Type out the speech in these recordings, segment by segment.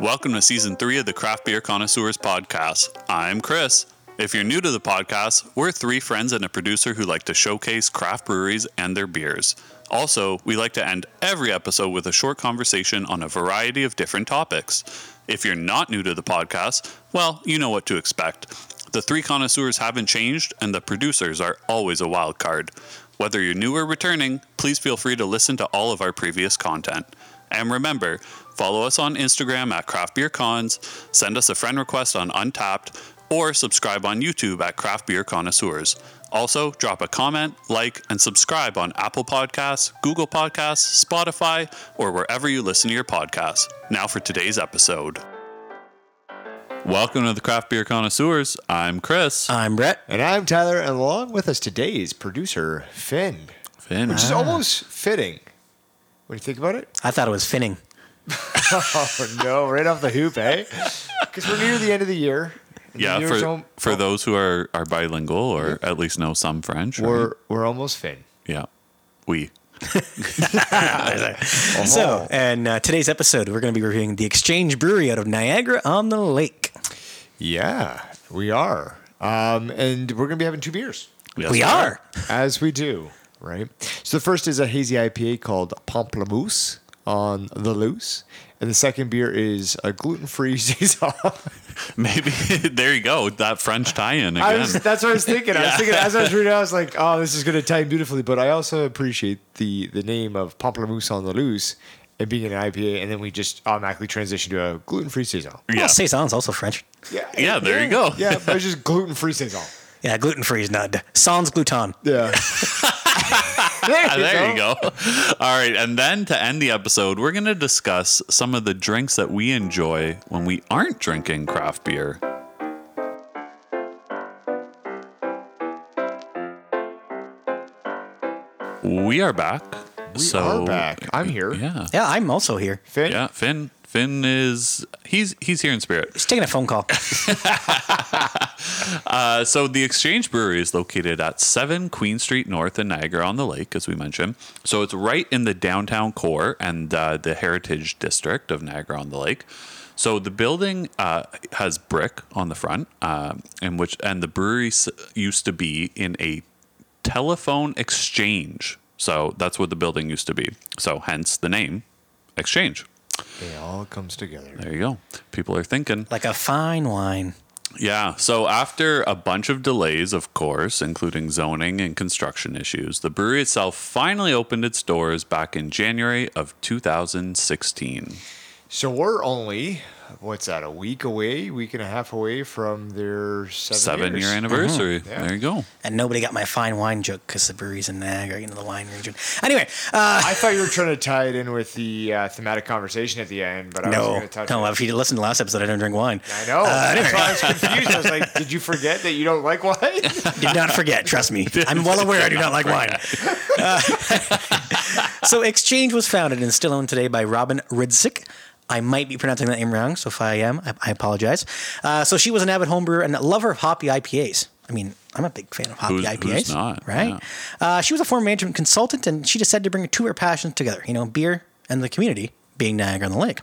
Welcome to season three of the Craft Beer Connoisseurs podcast. I'm Chris. If you're new to the podcast, we're three friends and a producer who like to showcase craft breweries and their beers. Also, we like to end every episode with a short conversation on a variety of different topics. If you're not new to the podcast, well, you know what to expect. The three connoisseurs haven't changed, and the producers are always a wild card. Whether you're new or returning, please feel free to listen to all of our previous content. And remember, follow us on Instagram at Craft Beer Cons, send us a friend request on Untapped, or subscribe on YouTube at Craft Beer Connoisseurs. Also, drop a comment, like, and subscribe on Apple Podcasts, Google Podcasts, Spotify, or wherever you listen to your podcasts. Now for today's episode. Welcome to the Craft Beer Connoisseurs. I'm Uh, Chris. I'm Brett. And I'm Tyler, and along with us today is producer Finn, Finn. which is almost fitting when you think about it. I thought it was finning. Oh no, right off the hoop, eh? Because we're near the end of the year. and the Oh. yeah, year's for, al- for those who are, are bilingual or at least know some French. right? we're we're almost Finn. Yeah. We. So, Oh, and uh, today's episode, we're going to be reviewing the Exchange Brewery out of Niagara on the Lake. Yeah, we are, um, and we're gonna be having two beers Yes, we are. as we do, right? So the first is a hazy IPA called Pamplemousse on the loose, and the second beer is a gluten-free saison. Maybe there you go. That French tie-in I again. was, that's what I was thinking. I was thinking as I was reading, it, I was like, "Oh, this is going to tie in beautifully." But I also appreciate the the name of Pamplemousse on the loose and being an IPA, and then we just automatically transition to a gluten free saison. Yeah. Well, saison's also French. Yeah, Yeah, there you go. Yeah, but it's just gluten free saison. Yeah, gluten free is not. Sans gluten. Yeah, there, Ah, there you go. All right. And then to end the episode, we're going to discuss some of the drinks that we enjoy when we aren't drinking craft beer. We are back. We so, are back. I'm here. Yeah. Yeah, I'm also here. Finn, Yeah. Finn. Finn is he's he's here in spirit. Just taking a phone call. Uh, so the Exchange Brewery is located at 7 Queen Street North in Niagara on the Lake, as we mentioned. So it's right in the downtown core and uh, the heritage district of Niagara on the Lake. So the building uh, has brick on the front, um, and which and the brewery s- used to be in a telephone exchange. So that's what the building used to be. So hence the name, Exchange. it all comes together. There you go. People are thinking. like a fine wine. Yeah. So after a bunch of delays, of course, including zoning and construction issues, the brewery itself finally opened its doors back in January of 2016. So we're only what's that? A week away, week and a half away from their seven, Seven years. Mm-hmm. year anniversary. Yeah. There you go. And nobody got my fine wine joke because the brewery's in Niagara, you know, the wine region. Anyway, uh, I thought you were trying to tie it in with the uh, thematic conversation at the end, but I was going no, to touch no, on if you listened to the last episode, I didn't drink wine. I know. That's why I was confused. I was like, did you forget that you don't like wine? Did not forget. Trust me. I'm well aware I do not like wine. Uh, so, Exchange was founded and still owned today by Robin Ridsick. I might be pronouncing that name wrong, so if I am, I, I apologize. Uh, so, she was an avid home brewer and a lover of hoppy IPAs. I mean, I'm a big fan of hoppy Who's- IPAs. who's not? Right? Uh, she was a former management consultant, and she decided to bring two of her passions together you know, beer and the community, being Niagara on the Lake.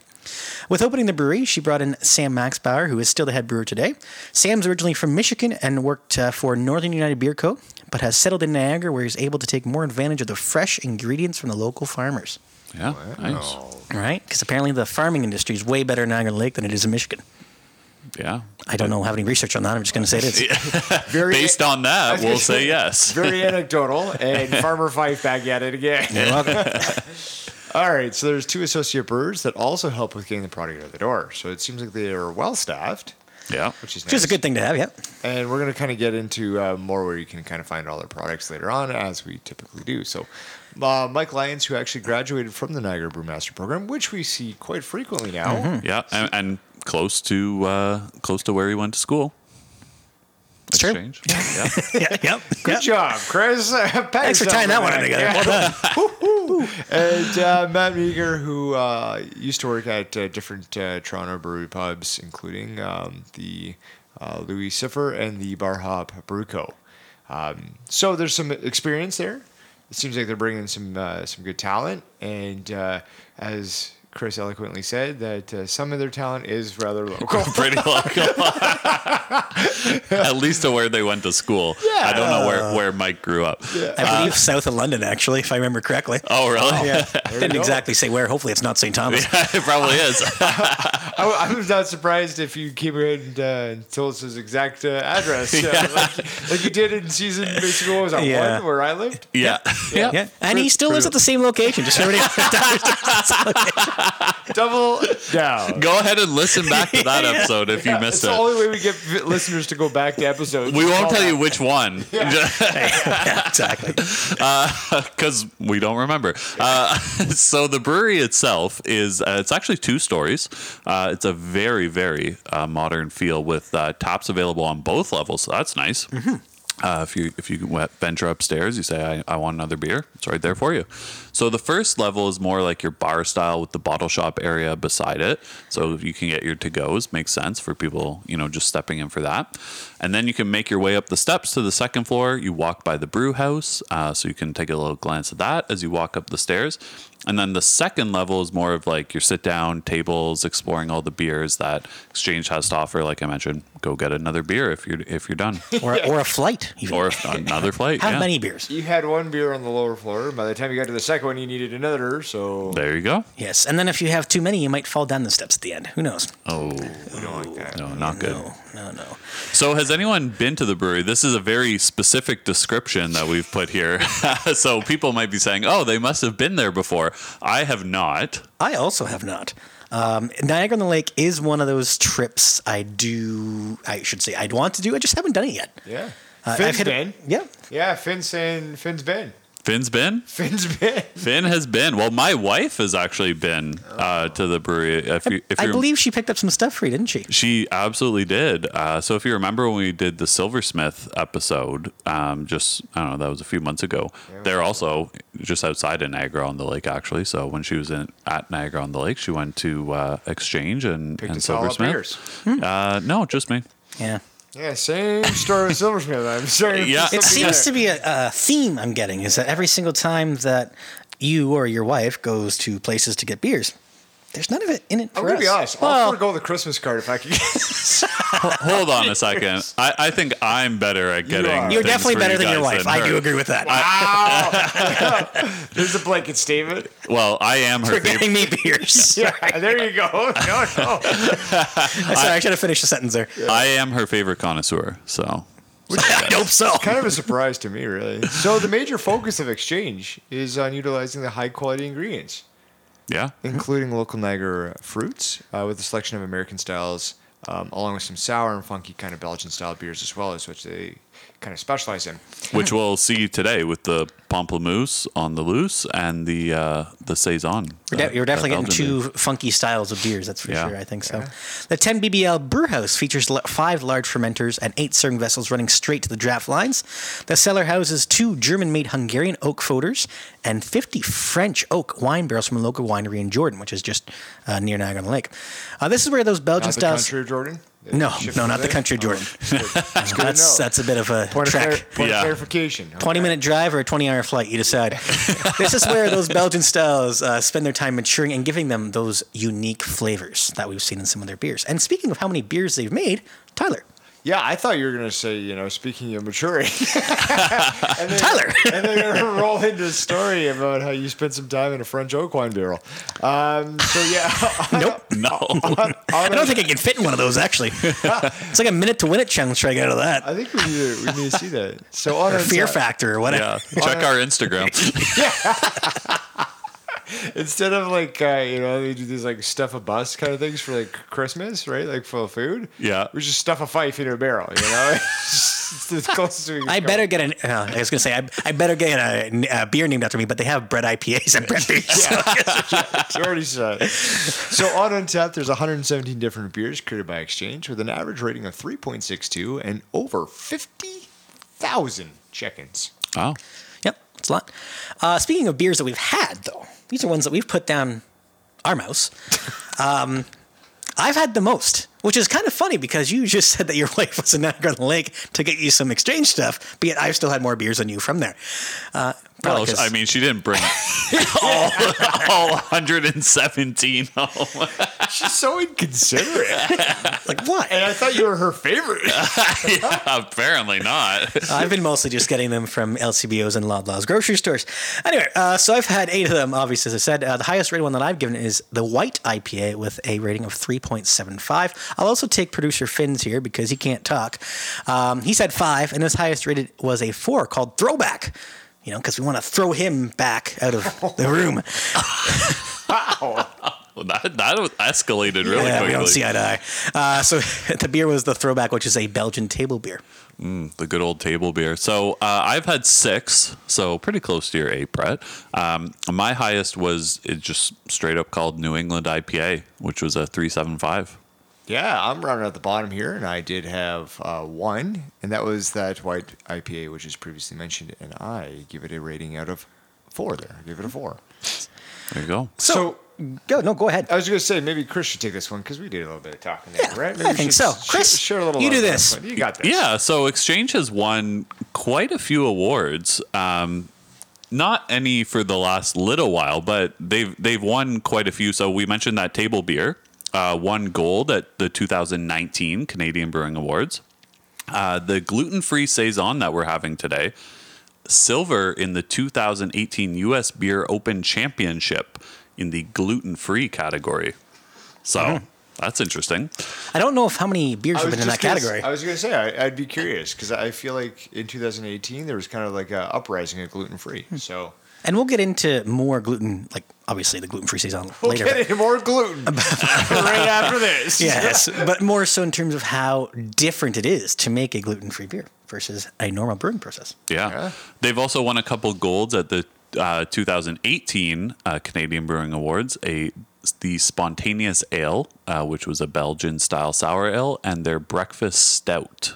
With opening the brewery, she brought in Sam Maxbauer, who is still the head brewer today. Sam's originally from Michigan and worked uh, for Northern United Beer Co., but has settled in Niagara, where he's able to take more advantage of the fresh ingredients from the local farmers. Yeah. Nice. Right? Because apparently the farming industry is way better in Niagara Lake than it is in Michigan. Yeah. I don't know, have any research on that. I'm just going to say it is. Very, Based on that, was we'll gonna say say- yes. very anecdotal. And Farmer Fife back at it again. All right. So there's two associate brewers that also help with getting the product out the door. So it seems like they are well staffed, Yeah. which is Which nice. is a good thing to have, yeah. And we're going to kind of get into uh, more where you can kind of find all their products later on, as we typically do. So, uh, Mike Lyons, who actually graduated from the Niagara Brewmaster Program, which we see quite frequently now. Mm-hmm. Yeah. And, and close to uh, close to where he went to school. It's true. Exchange. Yeah. Yeah, yep. Good yep. job, Chris. Pat Thanks for yourself tying that one back. together. Yeah. Well done. and uh, Matt Meager, who uh, used to work at uh, different uh, Toronto brewery pubs, including um, the uh, Louis Siffer and the Bar Hop Brew Co. Um, so there's some experience there. It seems like they're bringing in some uh, some good talent, and uh, as Chris eloquently said that uh, some of their talent is rather local. pretty local. At least to where they went to school. Yeah. I don't know where, where Mike grew up. I believe south of London, actually, if I remember correctly. Oh, really? yeah. you Didn't go. exactly say where. Hopefully, it's not St. Thomas. it probably is. I, I was not surprised if you came in uh, and told us his exact uh, address, uh, like, like you did in season basically what was that Yeah. one where I lived. yeah. Yeah. Yeah, and he still lives at the same location. Just everybody. Double down. Go ahead and listen back to that episode if you It's missed the it. only way we get v- listeners to go back to episodes. We won't tell you Call which one yeah, exactly. because we don't remember. Uh, so the brewery itself is uh, it's actually two stories. Uh, it's a very very uh, modern feel with uh, taps available on both levels. So that's nice. Uh, if you if you went- venture upstairs, you say I, I want another beer. It's right there for you. So the first level is more like your bar style with the bottle shop area beside it. So you can get your to goes. Makes sense for people you know just stepping in for that. And then you can make your way up the steps to the second floor. You walk by the brew house, uh, so you can take a little glance at that as you walk up the stairs. And then the second level is more of like your sit down tables, exploring all the beers that Exchange has to offer. Like I mentioned, go get another beer if you're if you're done Or, or a flight. Even. or if- another flight. Have yeah. many beers. You had one beer on the lower floor. By the time you got to the second one, you needed another. So There you go. Yes, and then if you have too many, you might fall down the steps at the end. Who knows? Oh, we don't like that. no, not good. No, no, no. So, has anyone been to the brewery? This is a very specific description that we've put here. so, people might be saying, oh, they must have been there before. I have not. I also have not. Um, Niagara on the Lake is one of those trips I do. I should say I'd want to do. I just haven't done it yet. Yeah. Uh, Finn's hit it- been. yeah. Yeah, Finn's saying Finn's been. Finn's been? Finn's been. Finn has been. Well, my wife has actually been uh, to the brewery. If you, if I you rem- believe she picked up some stuff for you, didn't she? She absolutely did. Uh, so if you remember when we did the silversmith episode, um, just I don't know that was a few months ago. They're also just outside of Niagara on the Lake, actually. So when she was in at Niagara on the Lake, she went to uh, Exchange and, Picked and us all up Silversmith. beers. Uh, no, just me. Yeah. Yeah, same story with Silversmith. I'm sorry. Yeah. It seems to be a, a theme I'm getting is that every single time that you or your wife goes to places to get beers, there's none of it in it for I'm gonna us. be honest. I'll Well, forego the Christmas card if I can. Hold on a second. I, I think I'm better at getting. are. you're things definitely for better you than your guys wife. I her. do agree with that. There's a blanket statement. Well, I am her You're favorite. getting me beers. Yeah, there you go. No, no. Sorry, I should have finished the sentence there. I am her favorite connoisseur. So I hope so. kind of a surprise to me, really. So the major focus of Exchange is on utilizing the high quality ingredients, yeah, Mm-hmm. including local Niagara fruits, uh, with a selection of American styles, um, along with some sour and funky kind of Belgian style beers as well, as which they kind of specialize in. which we'll see today with the pamplemousse on the loose and the uh, the saison. uh, You're, de- you're definitely getting two funky styles of beers, that's for Yeah. sure. I think so. The 10 BBL Brewhouse features l- five large fermenters and eight serving vessels running straight to the draft lines. The cellar houses two German made Hungarian oak foders and 50 French oak wine barrels from a local winery in Jordan, which is just uh, near Niagara on the Lake. Uh, this is where those Belgian Not the styles. country of Jordan. No, Shifted no, not the there? country of Jordan. Good to that's, know. that's a bit of a point of, clar- trek. point Yeah. of clarification. 20 minute drive or a 20 hour flight, you decide. this is where those Belgian styles uh, spend their time maturing and giving them those unique flavors that we've seen in some of their beers. And speaking of how many beers they've made, Tyler. Yeah, I thought you were gonna say, you know, speaking of maturing, and then, Tyler! and then you're gonna roll into a story about how you spent some time in a French oak wine barrel. Um, so yeah, Nope. No, I don't think I can fit in one of those, actually. it's like a minute to win it challenge try to get out of that. I think we need to, we need to see that. So on Or fear Insta- factor or whatever. yeah. Check our Instagram. instead of like uh, you know they do these like stuff a bus kind of things for like Christmas, right? Like full of food. Yeah. we just stuff a fife into a barrel. You know, it's the closest we can I come. better get an. Uh, I was gonna say I, I better get a, a beer named after me, but they have bread IPAs and bread beers. so I guess- You already said. it. So on Untapped, there's 117 different beers created by Exchange with an average rating of 3.62 and over 50,000 check-ins. oh, Yep, it's a lot. Uh, speaking of beers that we've had, though, these are ones that we've put down our mouse. Um, I've had the most, which is kind of funny because you just said that your wife was in Niagara on the Lake to get you some exchange stuff, but yet I've still had more beers than you from there. Uh, Probably Well, 'cause- Oh, I mean, she didn't bring all, all 117 home. She's so inconsiderate. like what? and I thought you were her favorite. Apparently not. I've been mostly just getting them from LCBOs and Loblaws grocery stores. Anyway, uh, so I've had eight of them, obviously, as I said. Uh, the highest rated one that I've given is the White IPA with a rating of 3.75. I'll also take producer Finn's here because he can't talk. Um, he said five, and his highest rated was a four called Throwback. You know, because we want to throw him back out of the room. Well, that, that escalated really yeah, quickly. we don't see eye to eye. Uh, so the beer was the Throwback, which is a Belgian table beer. the good old table beer. So uh, I've had six, so pretty close to your eight, Brett. Um, my highest was it just straight up called New England IPA, which was a three seven five. yeah, I'm rounding at the bottom here, and I did have uh, one, and that was that white IPA, which is previously mentioned, and I give it a rating out of four there. I give it a four. There you go. So, go, no, go ahead. I was going to say maybe Chris should take this one because we did a little bit of talking there, Yeah, right? I Maybe we think should so. sh- Chris, share a little you love do on this. one. You got this. Yeah, so Exchange has won quite a few awards. Um, not any for the last little while, but they've they've won quite a few. So we mentioned that table beer uh, won gold at the 2019 Canadian Brewing Awards. Uh, the gluten-free saison that we're having today, silver in the 2018 U.S. Beer Open Championship in the gluten-free category. So that's interesting. I don't know if how many beers I have was been in that just gonna s- category. I was going to say I, I'd be curious because I feel like in 2018 there was kind of like a uprising of gluten free. So And we'll get into more gluten, like obviously the gluten free saison we'll later. get but- into more gluten right after this. yes, but more so in terms of how different it is to make a gluten free beer versus a normal brewing process. Yeah. Yeah. They've also won a couple golds at the uh, 2018 uh, Canadian Brewing Awards, a the Spontaneous Ale, uh, which was a Belgian style sour ale, and their Breakfast Stout.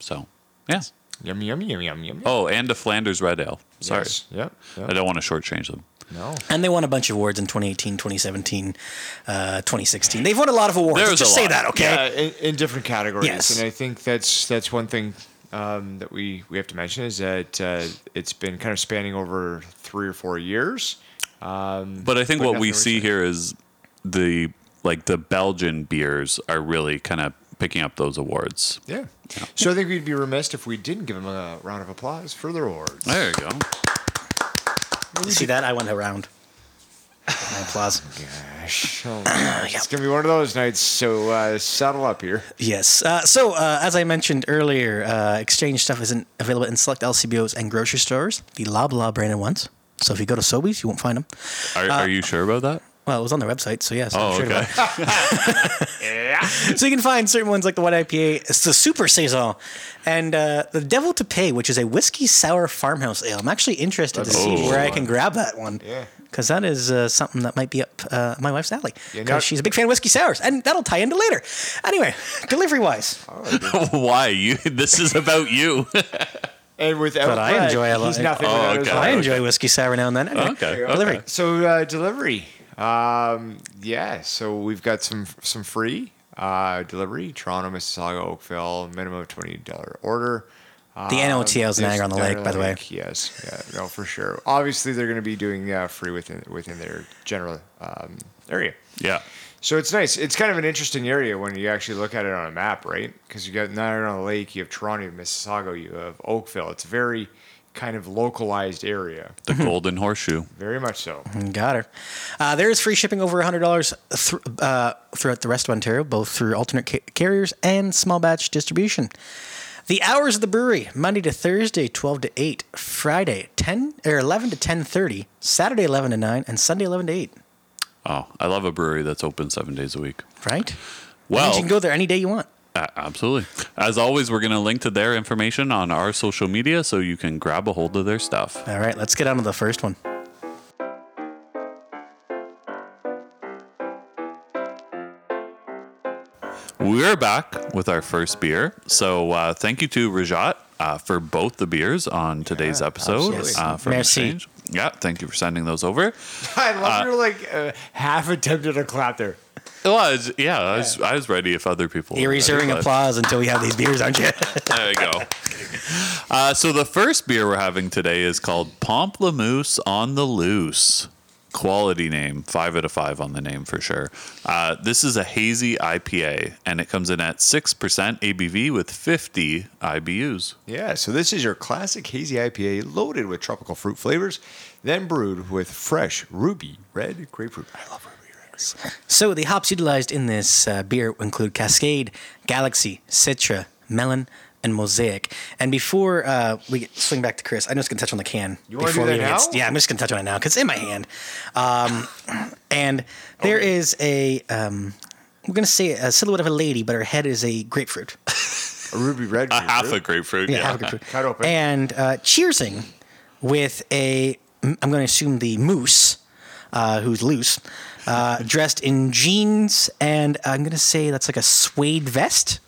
So, yeah. Yum yum yum yum yum. Oh, and a Flanders Red Ale. Sorry. Yes. Yep. yep. I don't want to shortchange them. No. And they won a bunch of awards in 2018, 2017, uh, 2016. They've won a lot of awards. There's Let's just a say lot. that, okay? Yeah, Uh, in, in different categories. Yes. And I think that's that's one thing um, that we, we have to mention is that uh, it's been kind of spanning over three or four years. Um, But I think But what we nothing see here is the like the Belgian beers are really kind of picking up those awards. yeah. So I think we'd be remiss if we didn't give them a round of applause for their awards. There you go. you see that? I went around. My applause. Gosh. Oh, my. It's going to be one of those nights. So uh, saddle up here. Yes. Uh, so, uh, as I mentioned earlier, uh, exchange stuff isn't available in select LCBOs and grocery stores, the Loblaw branded ones. So, if you go to Sobeys, you won't find them. Are, are you sure about that? Well, it was on their website, so yes. Oh, okay. So you can find certain ones like the White IPA, it's the Super Saison, and uh, the Devil to Pay, which is a whiskey sour farmhouse ale. I'm actually interested That's to see a where cool I can grab that one. Yeah. Because that is uh, something that might be up uh, my wife's alley. Yeah, Because now- she's a big fan of whiskey sours, and that'll tie into later. Anyway, delivery wise, Why you? This is about you. And without But I Brad, enjoy a lot- He's nothing Oh, without his okay. I wife. enjoy whiskey sour now and then. Anyway, Okay, Delivery. okay. So uh, delivery, um, yeah. So we've got some some free uh, delivery. Toronto, Mississauga, Oakville, minimum of twenty dollar order. Um, The NOTL is there's Niagara on the Niagara Lake, by the way. Lake, Yes, yeah, no, for sure. Obviously, they're going to be doing uh, free within within their general um, area. Yeah. So it's nice. It's kind of an interesting area when you actually look at it on a map, right? Because you got Niagara on the Lake, you have Toronto, you have Mississauga, you have Oakville. It's a very kind of localized area, The Golden Horseshoe. very much so. Got her. Uh, there is free shipping over $100 thr- uh, throughout the rest of Ontario, both through alternate ca- carriers and small batch distribution. The hours of the brewery: Monday to Thursday, 12 to 8; Friday, 10 or 11 to 10:30; Saturday, 11 to 9; and Sunday, 11 to 8. Oh, I love a brewery that's open seven days a week. Right? That means Well, you can go there any day you want. a- absolutely. As always, we're going to link to their information on our social media so you can grab a hold of their stuff. All right, let's get on to the first one. We're back with our first beer. So uh, thank you to Rajat uh, for both the beers on today's episode. absolutely. Uh, from Merci. Exchange. Yeah, thank you for sending those over. I love your like uh, half attempt at uh, a clap there. Well, I was, yeah, I was, I was ready if other people. You're were reserving ready, but- applause until we have these beers, aren't you? There you go. Uh, so the first beer we're having today is called Pomplamoose on the Loose. Quality name, five out of five on the name for sure. Uh, this is a hazy IPA, and it comes in at six percent ABV with fifty IBUs. Yeah, so this is your classic hazy IPA loaded with tropical fruit flavors, then brewed with fresh ruby red grapefruit. I love ruby red. grapefruit. So the hops utilized in this uh, beer include Cascade, Galaxy, Citra, Melon, and Mosaic. And before uh, we get, swing back to Chris, I'm just gonna touch on the can. You wanna do before that we even get- now? Yeah, I'm just gonna touch on it now because it's in my hand. Um, and there is a. Um, we're gonna say a silhouette of a lady, but her head is a grapefruit. A ruby red A grapefruit. half a grapefruit. Yeah, half a grapefruit. Cut open. And uh, cheersing with a, I'm going to assume the moose, uh, who's loose, uh, dressed in jeans, and uh, I'm going to say that's like a suede vest.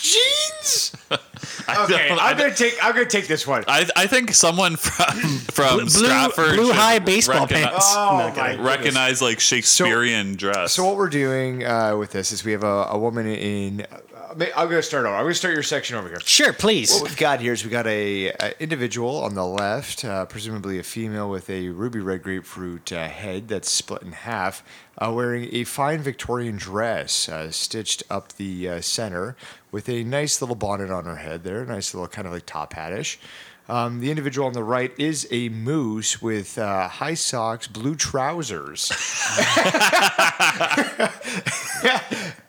jeans. I Okay, don't- I I'm gonna take. I'm gonna take this one. I, I think someone from from Blue- Stratford blue should high baseball recogni- pants. oh my goodness. recognize like Shakespearean dress. So what we're doing uh, with this is we have a, a woman in. Uh, ma- I'm gonna start over. I'm gonna start your section over here. Sure, please. What we've got here is we got a, a individual on the left, uh, presumably a female with a ruby red grapefruit uh, head that's split in half, uh, wearing a fine Victorian dress uh, stitched up the uh, center with a nice little bonnet on her head there, nice little kind of like top hatish. Um, the individual on the right is a moose with uh, high socks, blue trousers.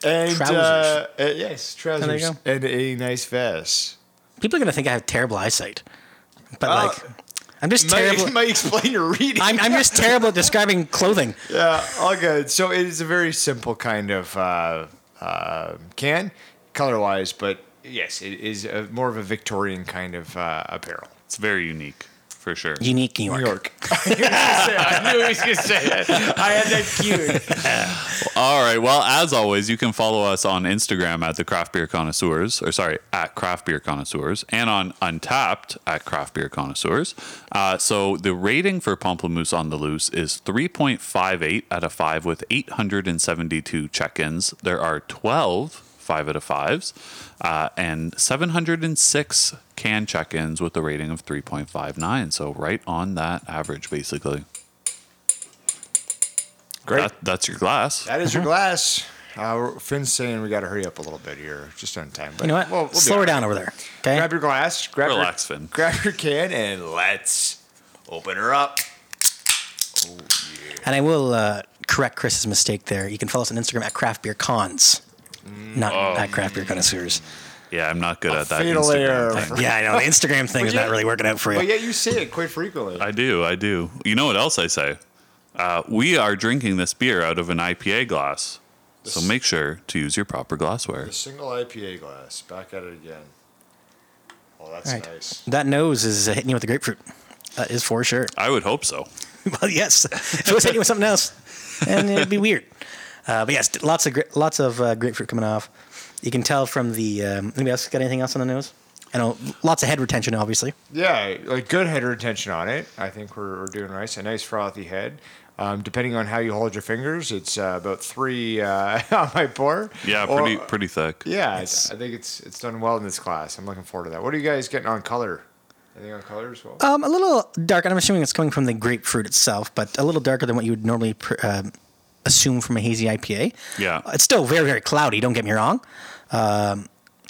and uh, uh, yes, trousers. you go. And a nice vest. People are going to think I have terrible eyesight, but Uh, like, I'm just might, terrible. might explain your reading. I'm, I'm just terrible at describing clothing. yeah, all good. So it is a very simple kind of uh, uh, can, color wise, but yes, it is a, more of a Victorian kind of uh, apparel. it's very unique for sure. Unique New York. New York. I knew he was going to say it. I had that cued. All right. Well, as always, you can follow us on Instagram at the Craft Beer Connoisseurs, or sorry, at Craft Beer Connoisseurs, and on Untapped at Craft Beer Connoisseurs. Uh, so the rating for Pomplamoose on the Loose is 3.58 out of 5 with 872 check ins. There are 12 5 out of 5s uh, and 706 can check ins with a rating of 3.59. So right on that average, basically. Great. That, that's your glass. that is your glass. Uh, Finn's saying we got to hurry up a little bit here, just on time. But You know what? we'll- we'll be Slow all her right. down eh? over there. Okay. Grab your glass. Grab Relax, your, Finn. Grab your can and let's open her up. And I will uh, correct Chris's mistake there. You can follow us on Instagram at Craft Beer Cons, not Oh. at Craft Beer Connoisseurs. Yeah, I'm not good at that. fatal Instagram error. thing. Yeah, I know. The Instagram thing is yeah. not really working out for But you. yeah, you say it quite frequently. I do. I do. You know what else I say? Uh, we are drinking this beer out of an IPA glass. So make sure to use your proper glassware. A single IPA glass. Back at it again. Oh, that's Right. nice. That nose is uh, hitting you with the grapefruit. That is for sure. I would hope so. well, yes. If it was hitting you with something else, then it'd be weird. Uh, but yes, lots of gra- lots of uh, grapefruit coming off. You can tell from the. Um, anybody else got anything else on the nose? I know lots of head retention, obviously. Yeah, like good head retention on it. I think we're, we're doing nice. A nice frothy head. Um, depending on how you hold your fingers, it's uh, about three uh, on my pour. Yeah, Or- pretty pretty thick. yeah, it's, I think it's it's done well in this class. I'm looking forward to that. What are you guys getting on color? Anything on color as well? Um, a little dark, and I'm assuming it's coming from the grapefruit itself, but a little darker than what you would normally pr- um assume from a hazy IPA. Yeah. it's still very, very cloudy. Don't get me wrong. Um,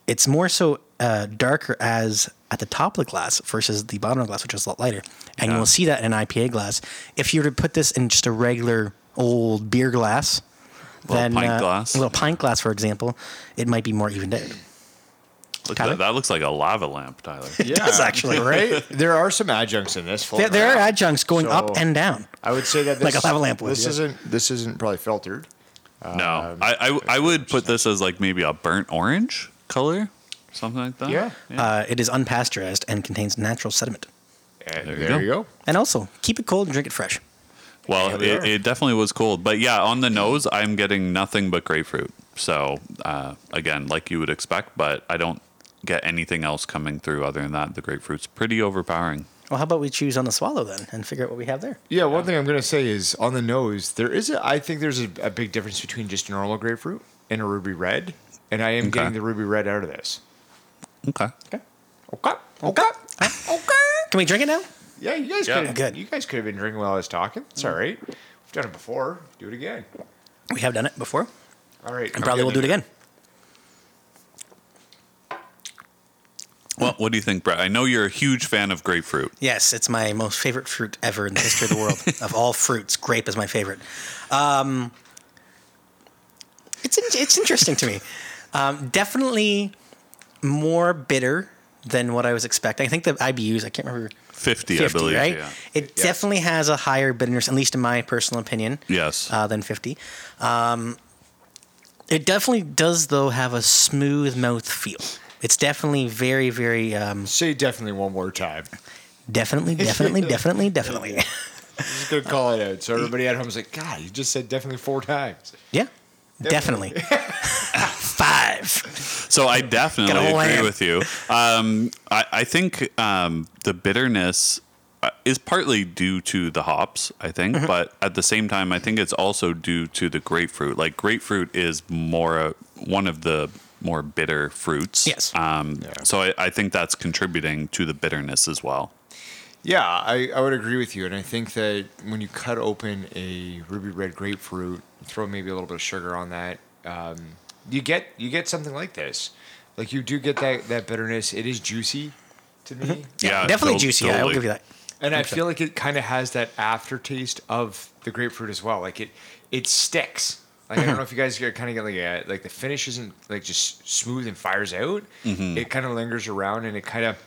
it's more so uh, darker as at the top of the glass versus the bottom of the glass, which is a lot lighter. And Yeah. you'll see that in an IPA glass. If you were to put this in just a regular old beer glass, then pint uh, glass. a little pint glass, for example, it might be more evened out. Look at Tyler? that, that looks like a lava lamp, Tyler. yeah, does actually. right. There are some adjuncts in this. There, floating there are around. adjuncts going up So- and down. I would say that this, Like a lava lamp would, This yeah. isn't this isn't probably filtered. Uh, no, I, I I would put this as like maybe a burnt orange color, something like that. Yeah. Uh, it is unpasteurized and contains natural sediment. And There there you you go. go. And also, keep it cold and drink it fresh. Well, Yeah, it, they are. it definitely was cold, but yeah, on the nose, I'm getting nothing but grapefruit. So uh, again, like you would expect, but I don't get anything else coming through other than that. The grapefruit's pretty overpowering. Well, how about we choose on the swallow then and figure out what we have there? Yeah, one thing I'm gonna say is on the nose, there is a I think there's a, a big difference between just normal grapefruit and a ruby red, and I am Okay. getting the ruby red out of this. Okay. Okay. Okay. Okay. Okay. Can we drink it now? Yeah, Mm-hmm. you guys Yeah. could Good. have you guys could have been drinking while I was talking. It's all right. We've done it before. Do it again. We have done it before, All right. and probably we'll do it again. Well, what do you think, Brett? I know you're a huge fan of grapefruit. Yes, it's my most favorite fruit ever in the history of the world. of all fruits, grape is my favorite. Um, it's in- it's interesting to me. Um, definitely more bitter than what I was expecting. I think the IBUs, I can't remember, 50, 50, I believe. right? Yeah. It Yes. definitely has a higher bitterness, at least in my personal opinion. Yes. uh, than 50. Um, it definitely does, though, have a smooth mouth feel. It's definitely very, very, um, Say definitely one more time. definitely, definitely, definitely, definitely. Just gonna call it out. So everybody at home's like, God, you just said definitely four times. Yeah, definitely. Five. So I definitely Gonna agree land. with you. Um, I, I think um, the bitterness uh, is partly due to the hops, I think, Mm-hmm. but at the same time, I think it's also due to the grapefruit. Like grapefruit is more uh, one of the more bitter fruits. Yes. Um, Yeah. So I, I think that's contributing to the bitterness as well. Yeah, I, I would agree with you. And I think that when you cut open a ruby red grapefruit, throw maybe a little bit of sugar on that, um, you get you get something like this. Like you do get that, that bitterness. It is juicy to me. Yeah, definitely tot- juicy. I will totally. give you that. And I feel like it kind of has that aftertaste of the grapefruit as well. Like it, it sticks. Like I don't know if you guys get kind of get like a, like the finish isn't like just smooth and fires out. Mm-hmm. It kind of lingers around and it kind of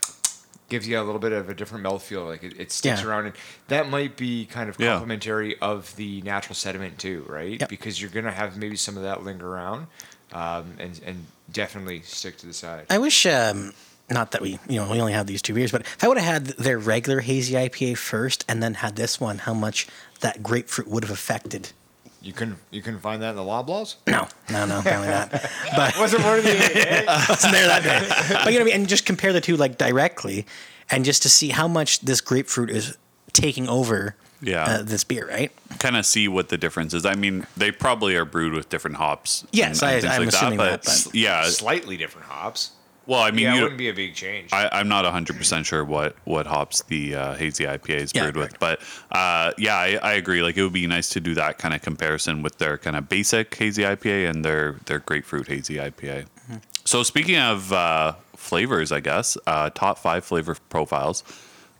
gives you a little bit of a different mouthfeel. Like it, it sticks Yeah. around and that might be kind of Yeah. complementary of the natural sediment too, right? Yep. Because you're gonna have maybe some of that linger around, um, and and definitely stick to the side. I wish, um, not that we, you know, we only have these two beers, but if I would have had their regular hazy IPA first and then had this one, how much that grapefruit would have affected. You couldn't you couldn't find that in the Loblaws. No, no, no, apparently not. But Wasn't eh? one of the wasn't there that day. But you know what I mean? And just compare the two like directly and just to see how much this grapefruit is taking over Yeah. uh, this beer, right? kind of see what the difference is. I mean, they probably are brewed with different hops. Yes, I- things I'm assuming that, but- yeah. slightly different hops. Well, I mean, yeah, it you, wouldn't be a big change. I, I'm not 100% sure what, what hops the uh, hazy IPA is Yeah, brewed with, but uh, yeah, I, I agree. Like, it would be nice to do that kind of comparison with their kind of basic hazy IPA and their, their grapefruit hazy IPA. Mm-hmm. So, speaking of uh, flavors, I guess, uh, top five flavor profiles.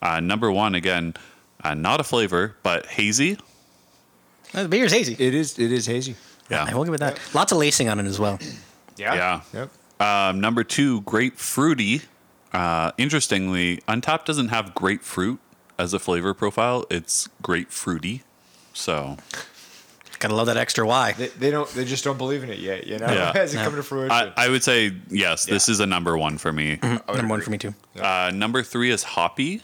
Uh, number one, again, uh, not a flavor, but hazy. Uh, The beer's hazy. it is. It is hazy. Yeah. I will give it that. Lots of lacing on it as well. Yeah. Yeah. Yep. Um, number two, grapefruity. Uh, interestingly, Untapped doesn't have grapefruit as a flavor profile. It's grapefruity. So Gotta love that extra Y. They, they don't. They just don't believe in it yet. You know, Yeah. it hasn't No. come to fruition. I, I would say, yes, this is a number one for me. Number one for me too. Uh, number three is hoppy.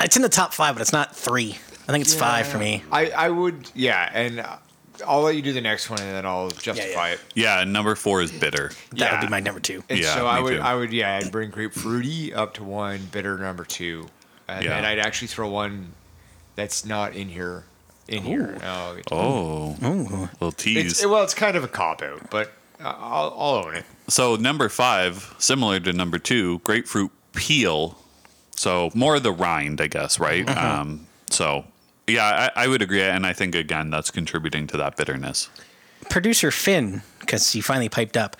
It's in the top five, but it's not three. I think it's five for me. I, I would. Yeah, and uh, I'll let you do the next one, and then I'll justify it. Yeah, and number four is bitter. That Yeah. would be my number two. And Yeah, so I me would. too. I would. Yeah, I'd bring grapefruity up to one, bitter number two, and Yeah. then I'd actually throw one that's not in here. In here. Oh, Oh, Ooh. little it's, tease. well, it's kind of a cop out, but I'll, I'll own it. So number five, similar to number two, grapefruit peel. So more the rind, I guess, right? Um, so yeah, I, I would agree, and I think again that's contributing to that bitterness. producer Finn, because he finally piped up,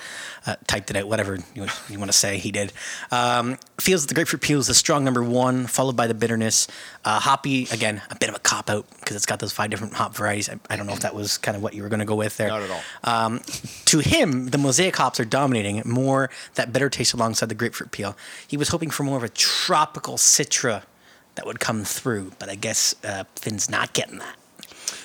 uh, typed it out, whatever you, you want to say, he did. Um, feels that the grapefruit peel is the strong number one, followed by the bitterness. Uh, hoppy, again, a bit of a cop out because it's got those five different hop varieties. I, I don't know if that was kind of what you were going to go with there. Not at all. To him, the mosaic hops are dominating more that bitter taste alongside the grapefruit peel. He was hoping for more of a tropical citra that would come through, but I guess uh, Finn's not getting that.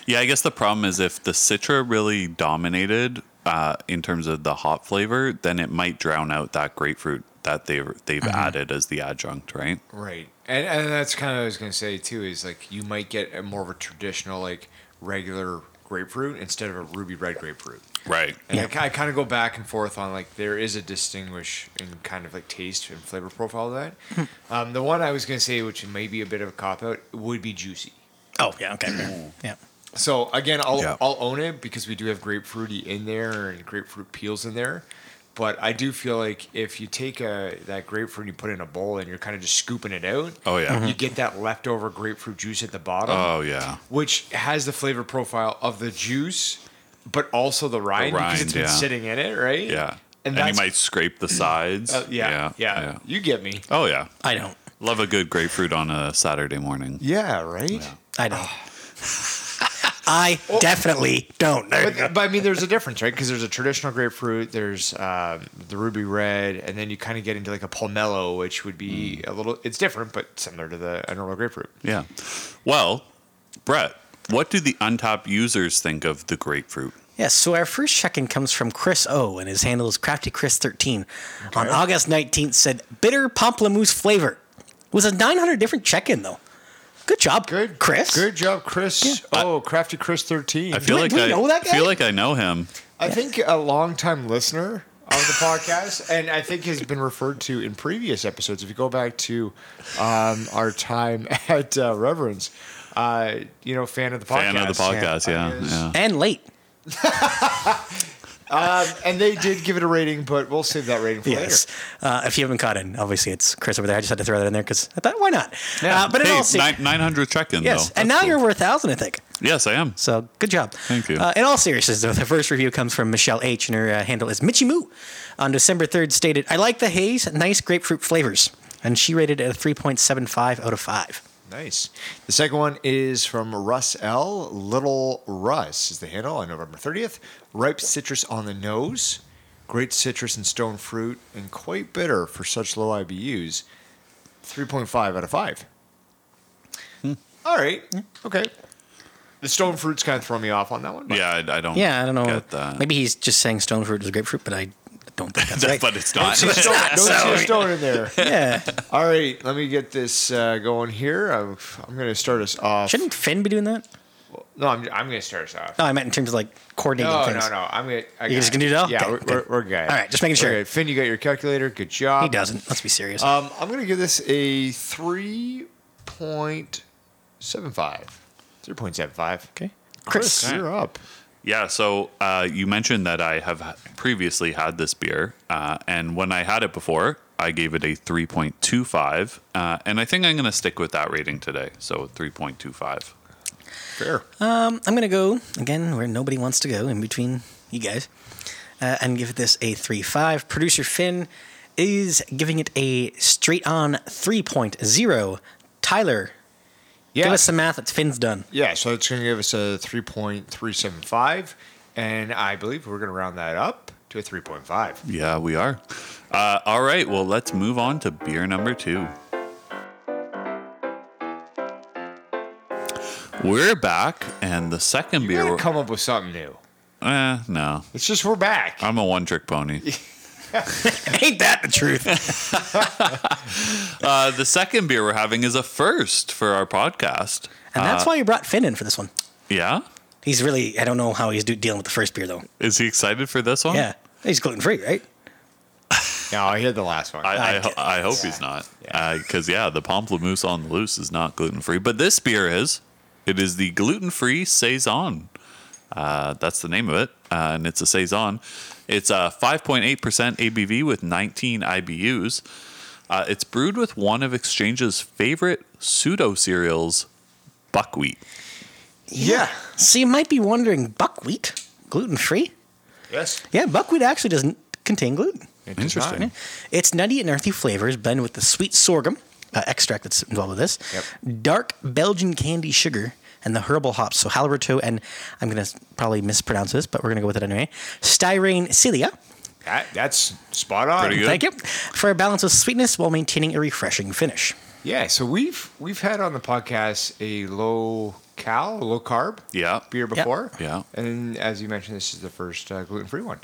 Yeah, I guess the problem is if the Citra really dominated uh, in terms of the hop flavor, then it might drown out that grapefruit that they they've Mm-hmm. added as the adjunct, right? Right, and and that's kind of what I was gonna say too. Is like you might get a more of a traditional like regular grapefruit instead of a ruby red grapefruit. Right. And Yeah. I, kind of go back and forth on like there is a distinguish in kind of like taste and flavor profile of that. um, the one I was gonna say, which may be a bit of a cop out, would be juicy. Oh yeah, okay, yeah. So again, I'll Yeah. I'll own it because we do have grapefruity in there and grapefruit peels in there. But I do feel like if you take a that grapefruit and you put it in a bowl and you're kind of just scooping it out, Oh, yeah. you get that leftover grapefruit juice at the bottom, Oh yeah. which has the flavor profile of the juice, but also the rind, because rind, it's been yeah. sitting in it, right? Yeah. and And, that's you might scrape the sides. Oh, uh, yeah, yeah, You get me. Oh yeah. I don't. Love a good grapefruit on a Saturday morning. Yeah, right. I Oh. don't. I definitely don't. There you go. But, but I mean, there's a difference, right? Because there's a traditional grapefruit, there's um, the ruby red, and then you kind of get into like a palmello, which would be Mm. a little, it's different, but similar to the a normal grapefruit. Yeah. Well, Brett, what do the untapped users think of the grapefruit? Yes, so our first check-in comes from Chris O, and his handle is Crafty Chris 13 On August 19th, said bitter pamplemousse flavor. It was a 900 different check-in though. Good job, Good, Chris. Good job, Chris. Oh, crafty Chris thirteen. I, I feel we- like do we I know that guy? feel like I know him. think a longtime listener of the podcast, and I think has been referred to in previous episodes. If you go back to um, our time at uh, Reverence, uh, you know, fan of the podcast, Fan of the podcast, yeah. is- yeah. And late. and they did give it a rating, but we'll save that rating for Yes. later. Uh, if you haven't caught in, obviously it's Chris over there. I just had to throw that in there because I thought, why not? Uh, but in all Hey, se- nine, 900 check-in yes. though. and now That's you're cool. worth a thousand, I think. Yes, I am. So good job. Thank you. Uh, in all seriousness, though, the first review comes from Michelle H, and her uh, handle is Mitchy Moo. On December 3rd, stated, I like the haze, nice grapefruit flavors. And she rated it a 3.75 out of 5. Nice. The second one is from Russ L. Little Russ is the handle on November 30th. Ripe citrus on the nose, great citrus and stone fruit, and quite bitter for such low IBUs. 3.5 out of 5. All right. Okay. The stone fruit's kind of throwing me off on that one. but- Yeah, I, I don't Yeah, I don't know. get that. Maybe he's just saying stone fruit is grapefruit, but I don't think that's right. but it's not. Don't see a stone, don't see So- a stone in there. yeah. All right, let me get this uh, going here. I'm, I'm going to start us off. Shouldn't Finn be doing that? no, I'm, I'm going to start us off. No, I meant in terms of like coordinating No, things. no, no. I'm gonna. I You're got just it. gonna do it all? Yeah, Okay, we're, okay. we're, we're good. All right, just making sure. Okay, Finn, you got your calculator. Good job. He doesn't. Let's be serious. Um, I'm gonna give this a three point seven five. Three point seven five. okay. Chris, Chris. you're up. Yeah, so uh, you mentioned that I have previously had this beer, uh, and when I had it before, I gave it a 3.25, uh, and I think I'm going to stick with that rating today. So 3.25. Fair. I'm going to go again where nobody wants to go in between you guys uh, and give this a 3.5. Producer Finn is giving it a straight on 3.0. Tyler, yeah. give us some math that Finn's done. yeah. So it's gonna give us a three point three seven five, and I believe we're gonna round that up to a three point five. Yeah, we are. Uh, all right, well, let's move on to beer number two. We're back, and the second You beer. gotta we're- come up with something new. eh, no, It's just we're back. I'm a one trick pony. Ain't that the truth? Uh, the second beer we're having is a first for our podcast. And that's why you brought Finn in for this one. Yeah? He's really, I don't know how he's do, dealing with the first beer though. Is he excited for this one? Yeah. He's gluten free, right? no, I had the last one. I, I, I ho- get- I hope he's not. Because, yeah. the Pomplamoose on the Loose is not gluten free. But this beer is. It is the gluten free Saison. Uh, that's the name of it. Uh, and it's a Saison. It's uh, a 5.8% ABV with 19 IBUs. Uh, it's brewed with one of Exchange's favorite pseudo cereals, buckwheat. yeah. So you might be wondering buckwheat, gluten free? Yes. Yeah, buckwheat actually doesn't contain gluten. It does not. Interesting. It's nutty and earthy flavors blend with the sweet sorghum uh, extract that's involved with this, Yep. dark Belgian candy sugar, and the herbal hops. So Haliberto and I'm going to probably mispronounce this, but we're going to go with it anyway. Styrene cilia. That, that's spot on. Pretty good. Thank you. For a balance of sweetness while maintaining a refreshing finish. Yeah, so we've we've had on the podcast a low cal, low carb Yeah. beer before. Yeah. And as you mentioned, this is the first uh, gluten free one.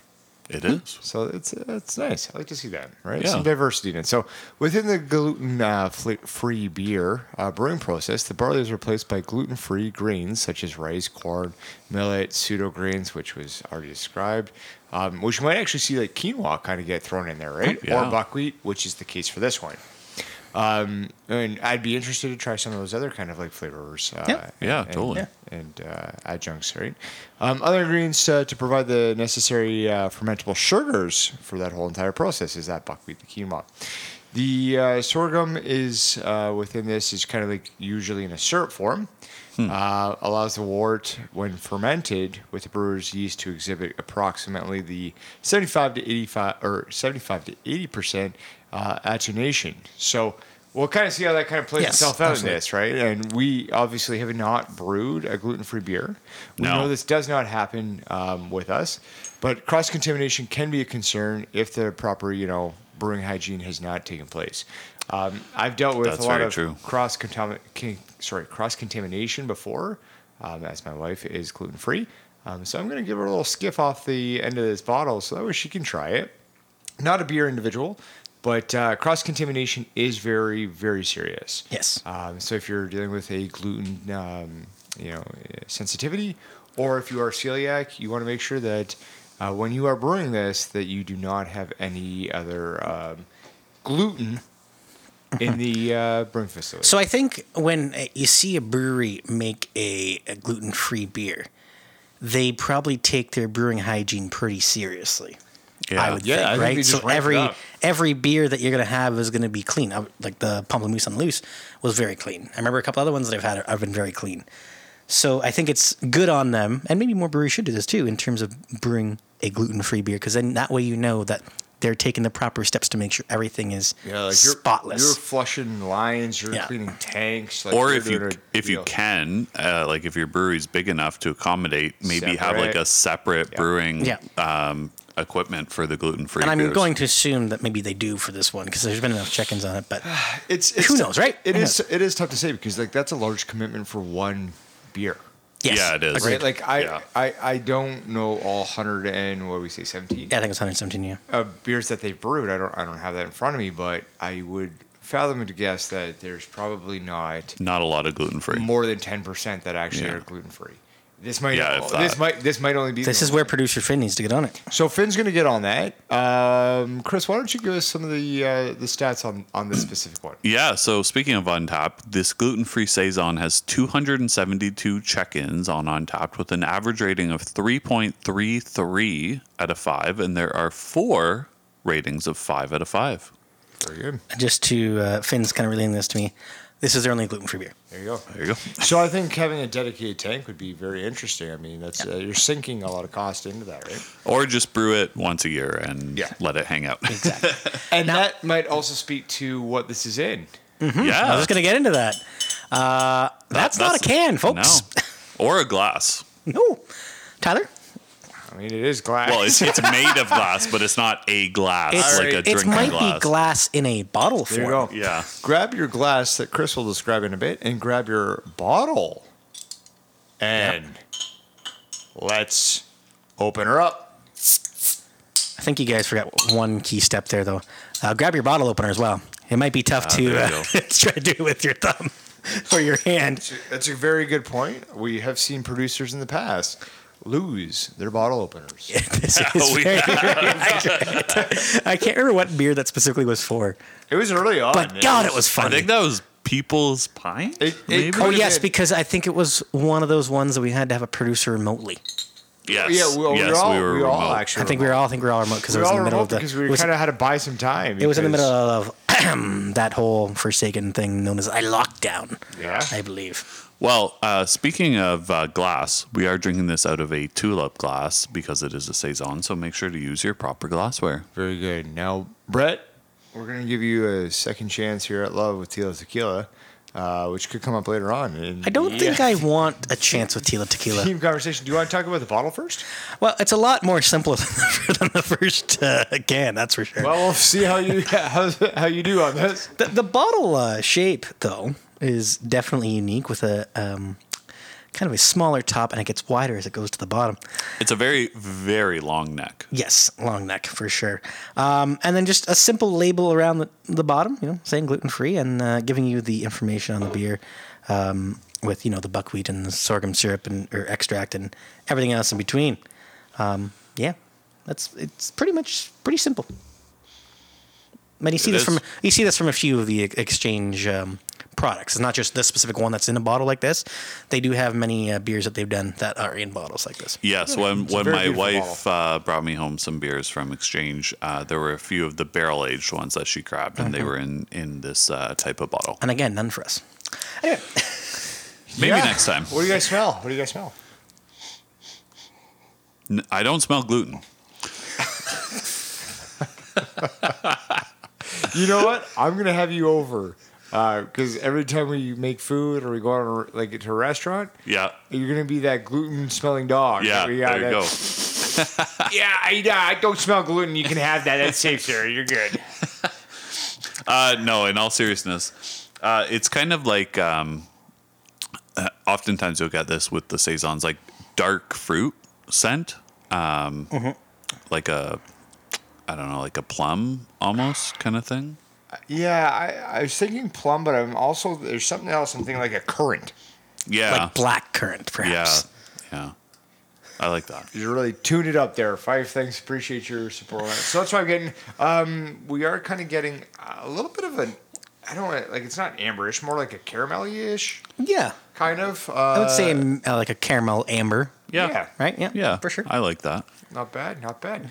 It is. So it's it's nice. I like to see that, right? Yeah. Some diversity in it. So within the gluten uh, fl- free beer uh, brewing process, the barley is replaced by gluten free grains such as rice, corn, millet, pseudo grains, which was already described. Um, which you might actually see like quinoa kind of get thrown in there, right? Yeah. Or buckwheat, which is the case for this one. Um, and I'd be interested to try some of those other kind of like flavors. Uh, Yeah. Yeah, and- totally. Yeah. and uh, adjuncts, right? Um, other ingredients uh, to provide the necessary uh, fermentable sugars for that whole entire process is that buckwheat, the quinoa. The uh, sorghum is uh, within this is kind of like usually in a syrup form. Uh, allows the wort, when fermented with the brewer's yeast, to exhibit approximately the 75 to 85 or 75 to 80 percent uh, attenuation. So we'll kind of see how that kind of plays Yes, itself out absolutely. in this, right? And we obviously have not brewed a gluten-free beer. We No. know this does not happen um, with us, but cross-contamination can be a concern if the proper, you know, brewing hygiene has not taken place. Um, I've dealt with That's a lot very of true. cross sorry cross contamination before, um, as my wife is gluten free. Um, so I'm going to give her a little skiff off the end of this bottle so that way she can try it. Not a beer individual, but uh, cross contamination is very very serious. Yes. Um, so if you're dealing with a gluten, um, you know, sensitivity, or if you are celiac, you want to make sure that uh, when you are brewing this, that you do not have any other um, gluten in the uh, brewing facility. So I think when uh, you see a brewery make a, a gluten-free beer, they probably take their brewing hygiene pretty seriously. Yeah. I would Yeah, I think think, they right? just So ramp it every up. every beer that you're gonna have is gonna be clean. I, like the Pamplemousse on Loose was very clean. I remember a couple other ones that I've had have been very clean. So I think it's good on them, and maybe more breweries should do this too in terms of brewing a gluten-free beer, because then that way you know that they're taking the proper steps to make sure everything is spotless. You're flushing lines. You're Yeah. cleaning tanks. Like or you're if you doing a if you deal. can, uh, like if your brewery's big enough to accommodate, maybe have like Separate. a separate brewing Yeah. um, equipment for the gluten free. And I'm going to assume that maybe they do for this one because there's been enough check-ins on it. But it's, it's Who tou- knows, right? It Who is knows? it is tough to say because like that's a large commitment for one beer. yes, Yeah, it is. agreed. Right, like I, Yeah. I, I don't know all hundred and what do we say seventeen yeah, I think it's 117. Yeah, uh, beers that they've brewed. I don't I don't have that in front of me, but I would fathom to guess that there's probably not Not a lot of gluten free. more than ten percent that actually Yeah. are gluten free. This might Yeah, if this that. might this might only be this is where producer Finn needs to get on it. So Finn's going to get on that. Um, Chris, why don't you give us some of the uh, the stats on on this specific one? Yeah. So speaking of Untapped, this gluten-free saison has 272 check-ins on Untapped with an average rating of 3.33 out of five, and there are four ratings of five out of five. Very good. Just to uh, Finn's kind of relaying this to me. This is their only gluten-free beer. There you go. There you go. So I think having a dedicated tank would be very interesting. I mean, that's uh, you're sinking a lot of cost into that, right? Or just brew it once a year and Yeah. let it hang out. Exactly. And that might also speak to what this is in. Yeah. I was going to get into that. Uh, that's, not a can, folks. No. Or a glass. No. Tyler, I mean, it is glass. Well, it's, it's made of glass, but it's not a glass it's, like a Alright. it drinking might glass. be glass in a bottle form. there you go. Yeah. Grab your glass that Chris will describe in a bit, and grab your bottle, and let's open her up. I think you guys forgot one key step there, though. Uh, grab your bottle opener as well. It might be tough to Ah, there you uh, try to do it with your thumb or your hand. That's a very good point. We have seen producers in the past lose their bottle openers. This is we very accurate. I can't remember what beer that specifically was for, It was early on. but God, it was I funny. think that was People's Pint. It- it maybe? could- oh would've yes, been- because I think it was one of those ones that we had to have a producer remotely. yes. Yeah, well, yes, we, all, we we, were all remote. actually. I think we were all I think we were all remote because it We were was in the all middle of remote the. because we it was- kind of had to buy some time. it was in the middle because- of that whole Forsaken thing known as I lockdown. Yeah. I believe. Well, uh, speaking of uh, glass, we are drinking this out of a tulip glass because it is a saison. So make sure to use your proper glassware. Very good. Now, Brett, we're going to give you a second chance here at Love with Tila Tequila, uh, which could come up later on. in I don't the, think uh, I want a chance with Tila Tequila. Team conversation. Do you want to talk about the bottle first? Well, it's a lot more simpler than the, than the first uh, can, that's for sure. Well, we'll see how you how, how you do on this. the, the bottle uh, shape, though, is definitely unique with a um, kind of a smaller top, and it gets wider as it goes to the bottom. It's a very, very long neck. Yes, long neck for sure. Um, and then just a simple label around the, the bottom, you know, saying gluten free and uh, giving you the information on the beer um, with, you know, the buckwheat and the sorghum syrup and or extract and everything else in between. Um, yeah, that's it's pretty much pretty simple. And you see It this is. from you see this from a few of the ex- exchange um, products. It's not just this specific one that's in a bottle like this. They do have many uh, beers that they've done that are in bottles like this. Yes, when when very my beautiful wife uh, brought me home some beers from exchange, uh, there were a few of the barrel aged ones that she grabbed, and Uh-huh. they were in in this uh, type of bottle. And again, none for us. Maybe Yeah. next time. What do you guys smell? What do you guys smell? N- I don't smell gluten. You know what? I'm gonna have you over because every time we make food or we go out on a- like to a restaurant, Yeah, you're gonna be that gluten smelling dog. yeah. that we got There you that- go. Yeah, I, yeah, I don't smell gluten. You can have that. That's safe, sir. You're good. Uh, no, in all seriousness, uh, it's kind of like um, uh, oftentimes you'll get this with the saisons, like dark fruit scent, um, Mm-hmm. like a I don't know, like a plum almost kind of thing. Yeah, I, I was thinking plum, but I'm also there's something else. I'm thinking like a currant. Yeah, Like black currant, yeah, perhaps. yeah. I like that. You really tuned it up there. Five things. Appreciate your support. So that's why I'm getting. Um, we are kind of getting a little bit of an. I don't wanna- like. It's not amberish. More like a caramelly-ish Yeah. kind of. Uh, I would say mm, uh, like a caramel amber, Yeah, yeah, Yeah. right? Yeah. yeah, For sure. I like that. Not bad, not bad.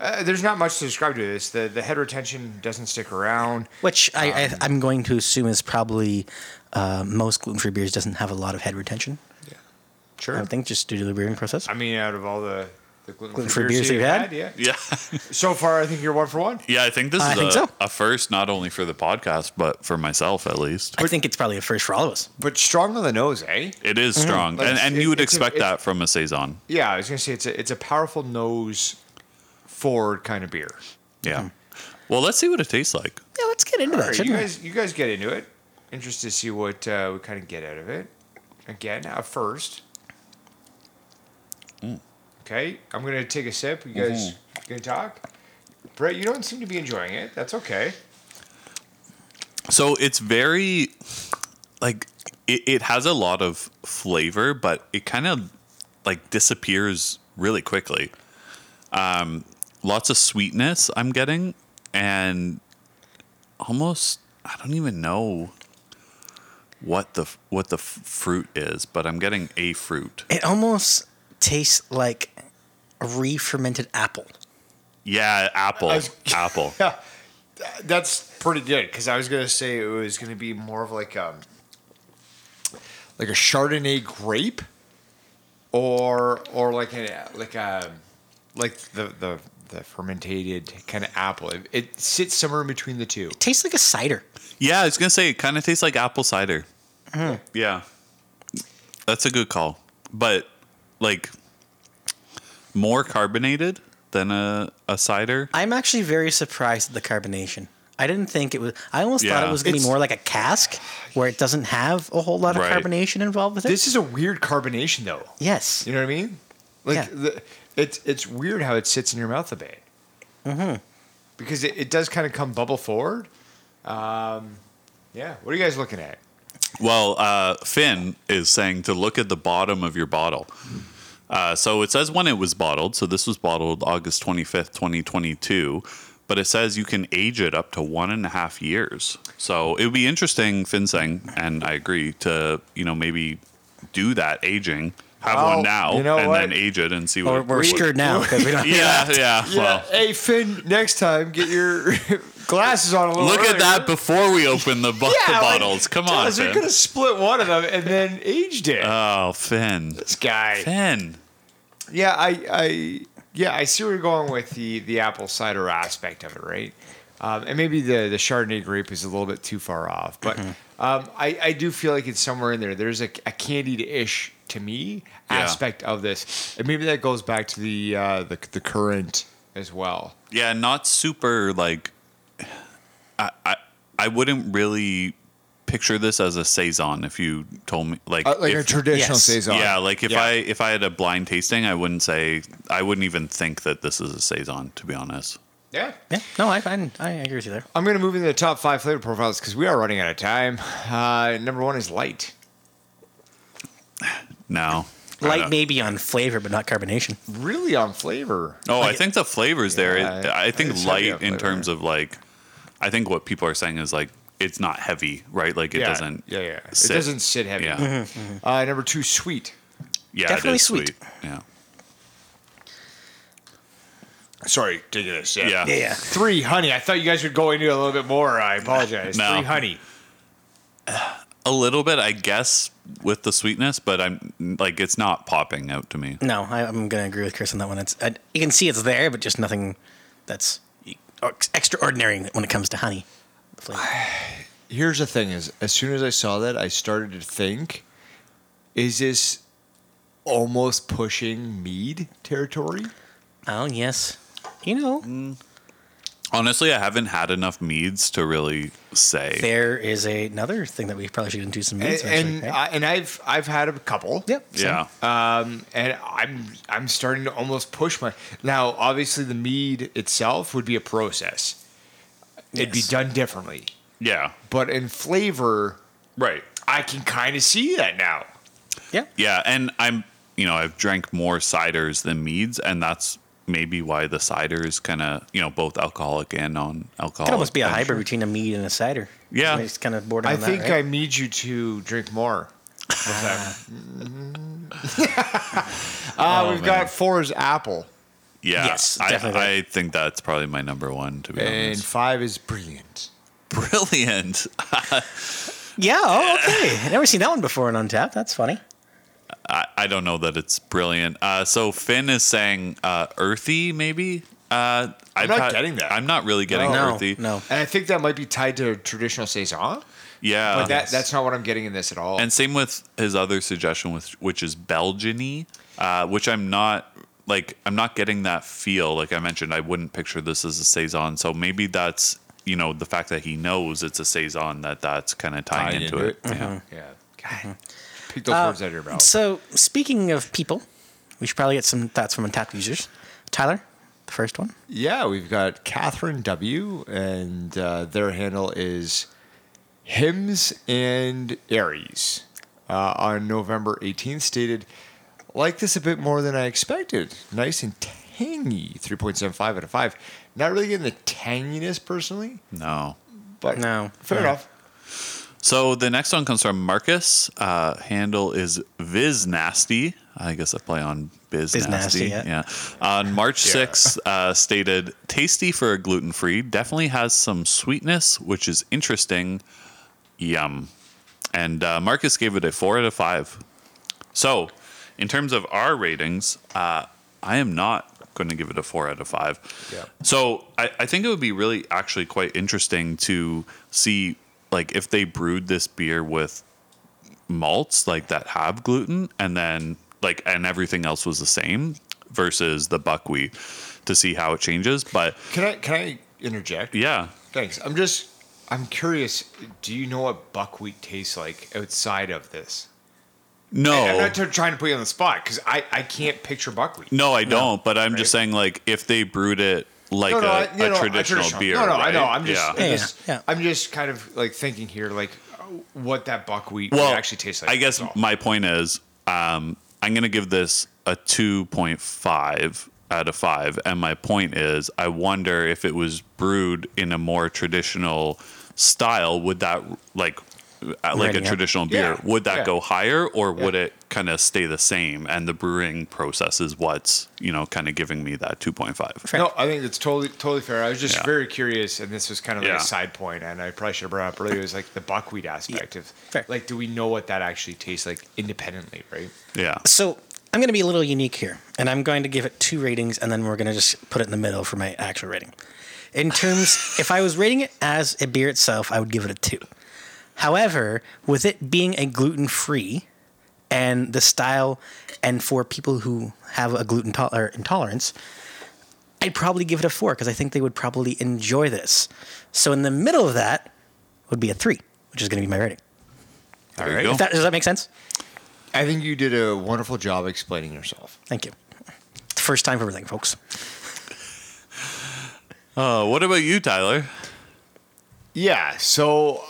Uh, there's not much to describe to this. The the head retention doesn't stick around. Which I, I, I'm going to assume is probably uh, most gluten free beers doesn't have a lot of head retention. I Sure. I, would think just due to the brewing process. mean, out of all the, the gluten Gluten-free free beers beers, that you've you've had, had? Yeah, yeah. So far, I think you're one for one. yeah. I think this I is think a, so. a first, not only for the podcast, but for myself at least. I think it's probably a first for all of us. But strong on the nose, eh? It is strong, Like, and, and it- you would it's a- expect it's- that from a saison. Yeah, I was gonna say it's a it's a powerful nose forward kind of beer. Yeah. Well, let's see what it tastes like. Yeah, let's get into All that, right, you shouldn't we? guys you guys get into it. Interested to see what uh, we kind of get out of it. Again, uh, first. Mm. Okay, I'm gonna take a sip. You guys gonna talk? Brett, you don't seem to be enjoying it. That's okay. So it's very, like, it, it has a lot of flavor, but it kind of like disappears really quickly. Um, lots of sweetness I'm getting, and almost I don't even know what the what the f- fruit is, but I'm getting a fruit. It almost tastes like a re fermented apple. Yeah, apple, I was- apple. Yeah, th- that's pretty good because I was gonna say it was gonna be more of like um like a Chardonnay grape, or or like a like a like the the the fermented kind of apple. It, it sits somewhere in between the two. Tastes like a cider. Yeah, I was gonna say it kind of tastes like apple cider. Yeah, that's a good call, but like more carbonated than a, a cider. I'm actually very surprised at the carbonation. I didn't think it was. I almost thought Yeah. it was going to be It's- more like a cask where it doesn't have a whole lot of Right. carbonation involved with it. This is a weird carbonation though. yes. You know what I mean? Like Yeah. the, it's it's weird how it sits in your mouth a bit. Because it, it does kind of come bubble forward. Um, yeah. What are you guys looking at? Well, uh, Finn is saying to look at the bottom of your bottle. Uh, so it says when it was bottled. So this was bottled August 25th, 2022. But it says you can age it up to one and a half years. So it would be interesting, Finn saying, and I agree, to, you know, maybe do that aging, have Well, one now, you know and what? then age it and see what Or it we're would- screwed now because we don't. Yeah, yeah. Well, hey Finn, next time get your glasses on a little. look at earlier. that before we open the, bo- the like, bottles. Come on, Dallas, They're Finn. gonna split one of them and then aged it. Oh, Finn. this guy. Finn. Yeah, I, I, yeah, I see where you're going with the the apple cider aspect of it, right? Um, and maybe the the Chardonnay grape is a little bit too far off, but Mm-hmm. um, I I do feel like it's somewhere in there. There's a, a candied ish to me Yeah. aspect of this, and maybe that goes back to the uh, the the current as well. yeah not super like i i, I wouldn't really picture this as a saison. If you told me, like, Uh, like if, a traditional yes. saison. yeah, like if Yeah. I if I had a blind tasting, I wouldn't say I wouldn't even think that this is a saison. To be honest, yeah. Yeah, no, I, I, I agree with you there. I'm going to move into the top five flavor profiles because we are running out of time. Uh, number one is light. no, I Light don't- maybe on flavor, but not carbonation. Really on flavor. Oh, I think the flavors there. Yeah, it- I- I, I think just light have the in flavor. terms of like, I think what people are saying is like it's not heavy, right? Like it yeah. doesn't. Yeah, yeah. sit. It doesn't sit heavy. Yeah, Uh, number two, sweet. yeah, it Mm-hmm. Definitely is sweet. sweet. Yeah, Sorry, taking this. yeah. Yeah, yeah. Three, honey. I thought you guys would go into it a little bit more. I apologize. No. Three, honey. A little bit, I guess, with the sweetness, but I'm like it's not popping out to me. No, I, I'm gonna agree with Chris on that one. It's I, you can see it's there, but just nothing that's e, ex- extraordinary when it comes to honey. flavor. Here's the thing: is as soon as I saw that, I started to think, is this almost pushing mead territory? Oh yes, you Mm. know Honestly, I haven't had enough meads to really say. there is a, another thing that we probably should do some And meats eventually. and, right? I, and I've I've had a couple. yep. same. yeah, Uh, Um, and I'm I'm starting to almost push my now. Obviously, the mead itself would be a process. It'd be Yes. done differently, yeah, but in flavor, right. I can kind of see that now. Yep. Yeah, and I'm you know I've drank more ciders than meads, and that's maybe why the cider is kind of you know both alcoholic and non-alcoholic. Could almost be a And- hybrid between a mead and a cider. Yeah. it's kind of borderline. I on that, think right? Ah. I need you to drink more. What's that? uh, Oh, we've man. Oh, got four is apple, Yeah, Yes, I, definitely. I think that's probably my number one to be and honest. five is brilliant. Brilliant. Yeah. Oh, okay. Never seen that one before on Untap. That's funny. I, I don't know that it's brilliant. Uh, so Finn is saying uh, earthy, maybe. Uh, I'm not getting that. I'm not really Oh, getting no, earthy. no. And I think that might be tied to traditional saison, Yeah. but that, that's not what I'm getting in this at all. Oh, And same with his other suggestion, with which is Belgiany, uh, which I'm not like I'm not getting that feel. Like I mentioned, I wouldn't picture this as a saison. So maybe that's you know the fact that he knows it's a saison that that's kind of tying Tying into, into it. it. Yeah. yeah, Mm-hmm. God, pick Uh, those words out of your mouth. So speaking of people, we should probably get some thoughts from Untapped users. Tyler, the first one. Yeah, we've got Catherine W, and uh, their handle is Hymns and Aries uh, on November 18th. Stated, like this a bit more than I expected. Nice and tangy, 3.75 out of 5. Not really getting the tanginess personally, No. but No. fair Yeah. enough. So the next one comes from Marcus. Uh, handle is Viz Nasty. I guess I play on Biz, Biz Nasty. Nasty, yeah. On March Yeah. 6th, uh, stated tasty for a gluten free. Definitely has some sweetness, which is interesting. Yum. And uh, Marcus gave it a four out of five. So, in terms of our ratings, uh, I am not going to give it a four out of five. Yeah. So, I, I think it would be really actually quite interesting to see like if they brewed this beer with malts like that have gluten and then like and everything else was the same versus the buckwheat to see how it changes. But Can I, can I interject? yeah, Thanks. I'm just, I'm curious. Do you know what buckwheat tastes like outside of this? no. I'm Oh. not t- trying to put you on the spot because I, I can't picture buckwheat. No, I don't. But I'm Right. just saying, like, if they brewed it like no, no, a, I- no, a no, traditional beer, No, no, I right? know. I'm just, Yeah. I'm, Yeah, just yeah. I'm just kind of like thinking here, like what that buckwheat well, would actually tastes like. I guess That's all. my point is, um, I'm going to give this a 2.5 out of 5. And my point is, I wonder if it was brewed in a more traditional style, would that, like, uh, like a Ready up. traditional beer, Yeah, would that yeah. go higher or would it kind of stay the same? And the brewing process is what's, you know, kind of giving me that 2.5. Fair. No, I think it's totally totally fair. I was just Yeah. very curious, and this was kind of like Yeah. a side point, and I probably should have brought up earlier. Is like the buckwheat aspect of fair. like, do we know what that actually tastes like independently, right? Yeah. So I'm going to be a little unique here, and I'm going to give it two ratings, and then we're going to just put it in the middle for my actual rating. In terms, if I was rating it as a beer itself, I would give it a two. However, with it being a gluten free and the style, and for people who have a gluten to- or intolerance, I'd probably give it a four because I think they would probably enjoy this. So in the middle of that would be a three, which is going to be my rating. There you right. go. If that, does that make sense? I think you did a wonderful job explaining yourself. Thank you. It's the first time for everything, folks. Uh, what about you, Tyler? Yeah. So,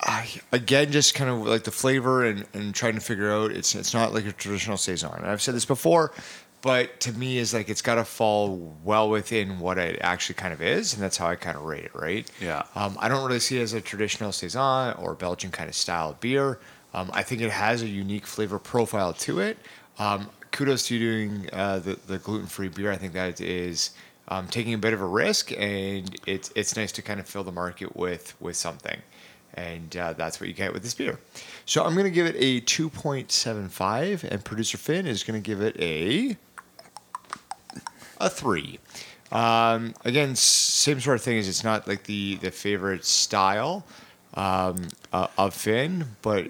I, again, just kind of like the flavor and, and trying to figure out. It's it's not like a traditional saison. And I've said this before, but to me, is like it's got to fall well within what it actually kind of is, and that's how I kind of rate it. Right. Yeah. Um, I don't really see it as a traditional saison or Belgian kind of style beer. Um, I think it has a unique flavor profile to it. Um, kudos to you doing uh, the, the gluten-free beer. I think that is um, taking a bit of a risk, and it's it's nice to kind of fill the market with with something, and uh, that's what you get with this beer. So I'm going to give it a 2.75, and producer Finn is going to give it a a three. Um, again, s- same sort of thing as it's not like the the favorite style um, uh, of Finn, but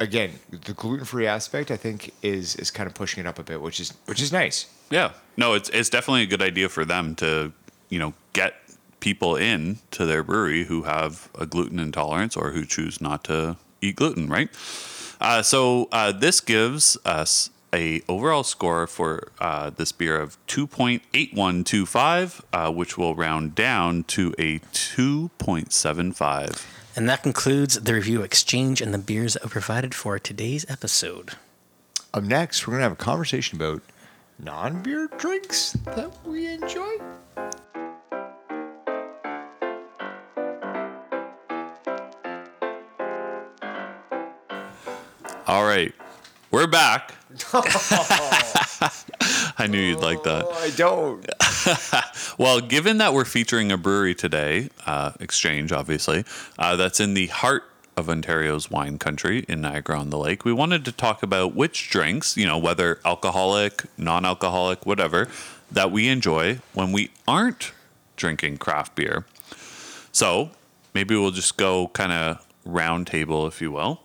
again, the gluten free aspect I think is is kind of pushing it up a bit, which is which is nice. Yeah. No, it's it's definitely a good idea for them to, you know, get people in to their brewery who have a gluten intolerance or who choose not to eat gluten, right? Uh, so uh, this gives us a overall score for uh, this beer of 2.8125, uh, which will round down to a 2.75. And that concludes the review exchange and the beers that were provided for today's episode. Up next, we're gonna have a conversation about non beer drinks that we enjoy. All right, we're back. I knew you'd like that. I don't. Well, given that we're featuring a brewery today, uh, Exchange, obviously, uh, that's in the heart of Ontario's wine country in Niagara on the Lake, we wanted to talk about which drinks, you know, whether alcoholic, non alcoholic, whatever, that we enjoy when we aren't drinking craft beer. So maybe we'll just go kind of round table, if you will.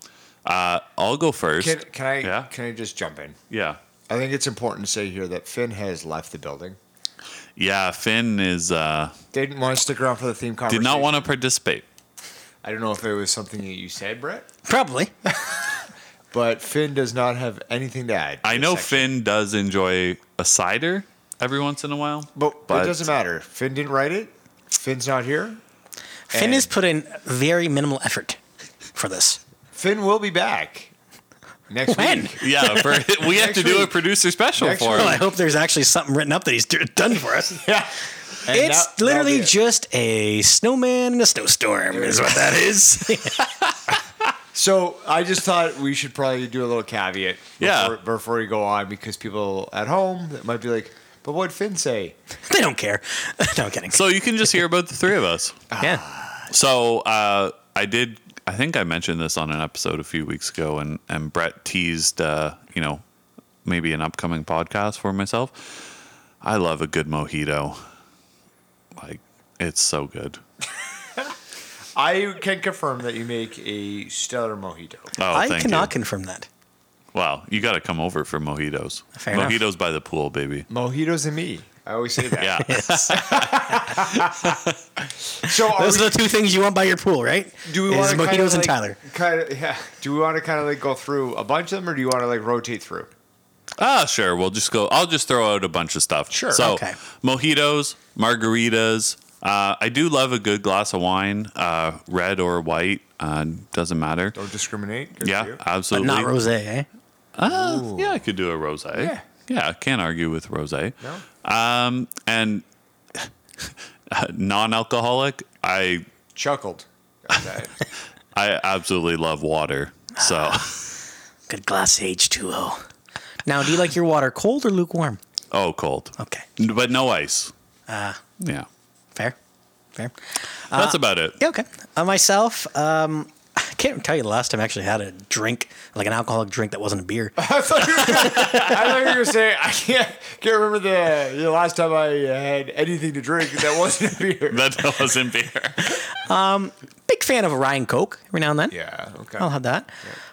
Uh, I'll go first. Can, can I? Yeah. Can I just jump in? yeah. I think it's important to say here that Finn has left the building. Yeah. Finn is, uh, Didn't want to stick around for the theme did conversation. not want to participate. I don't know if it was something that you said, Brett. Probably. But Finn does not have anything to add. to I this know section. Finn does enjoy a cider every once in a while. but, but- it doesn't matter. Finn didn't write it. Finn's not here. Finn And- has put in very minimal effort for this. Finn will be back next When? week. Yeah, for, we have Next to do a week. producer special Next for Well, I him. hope there's actually something written up that he's d- done for us. Yeah, And it's that- that'll literally be it. just a snowman in a snowstorm, is what that is. So I just thought we should probably do a little caveat. Yeah. Before, before we go on, because people at home that might be like, "But what would Finn say?" they don't care. no, I'm kidding. So you can just hear about the three of us. Ah, yeah. So uh, I did. I think I mentioned this on an episode a few weeks ago, and and Brett teased, uh, you know, maybe an upcoming podcast for myself. I love a good mojito. Like it's so good. I can confirm that you make a stellar mojito. Oh, I thank cannot you. confirm that. Wow, you got to come over for mojitos. Fair enough. mojitos by the pool, baby. Mojitos and me. I always say that. Yeah. So are Those we- are the two things you want by your pool, right? Do we Is want to mojitos kind of and like, Tyler? Kind of, yeah. Do we want to kind of like go through a bunch of them, or do you want to like rotate through? Ah, sure. We'll just go. I'll just throw out a bunch of stuff. Sure. So, Okay. mojitos, margaritas. Uh, I do love a good glass of wine, uh, red or white. Uh, doesn't matter. Don't discriminate. Good for yeah, you. But absolutely. not rosé, eh? Ah, Ooh. yeah, I could do a rosé. Yeah. Yeah, I can't argue with rosé. No. Um, and non-alcoholic. I Chuckled. at that. I absolutely love water. So Good glass of H2O. Now, do you like your water cold or lukewarm? oh, cold, Okay. but no ice. Ah. yeah, Fair. Fair. that's about it. Yeah, okay. Uh, myself, um, I can't tell you the last time I actually had a drink, like an alcoholic drink that wasn't a beer. I thought you were going to say I can't can't remember the, the last time I had anything to drink that wasn't a beer. That wasn't beer. Big fan of Ryan Coke every now and then. yeah. Okay. I'll have that.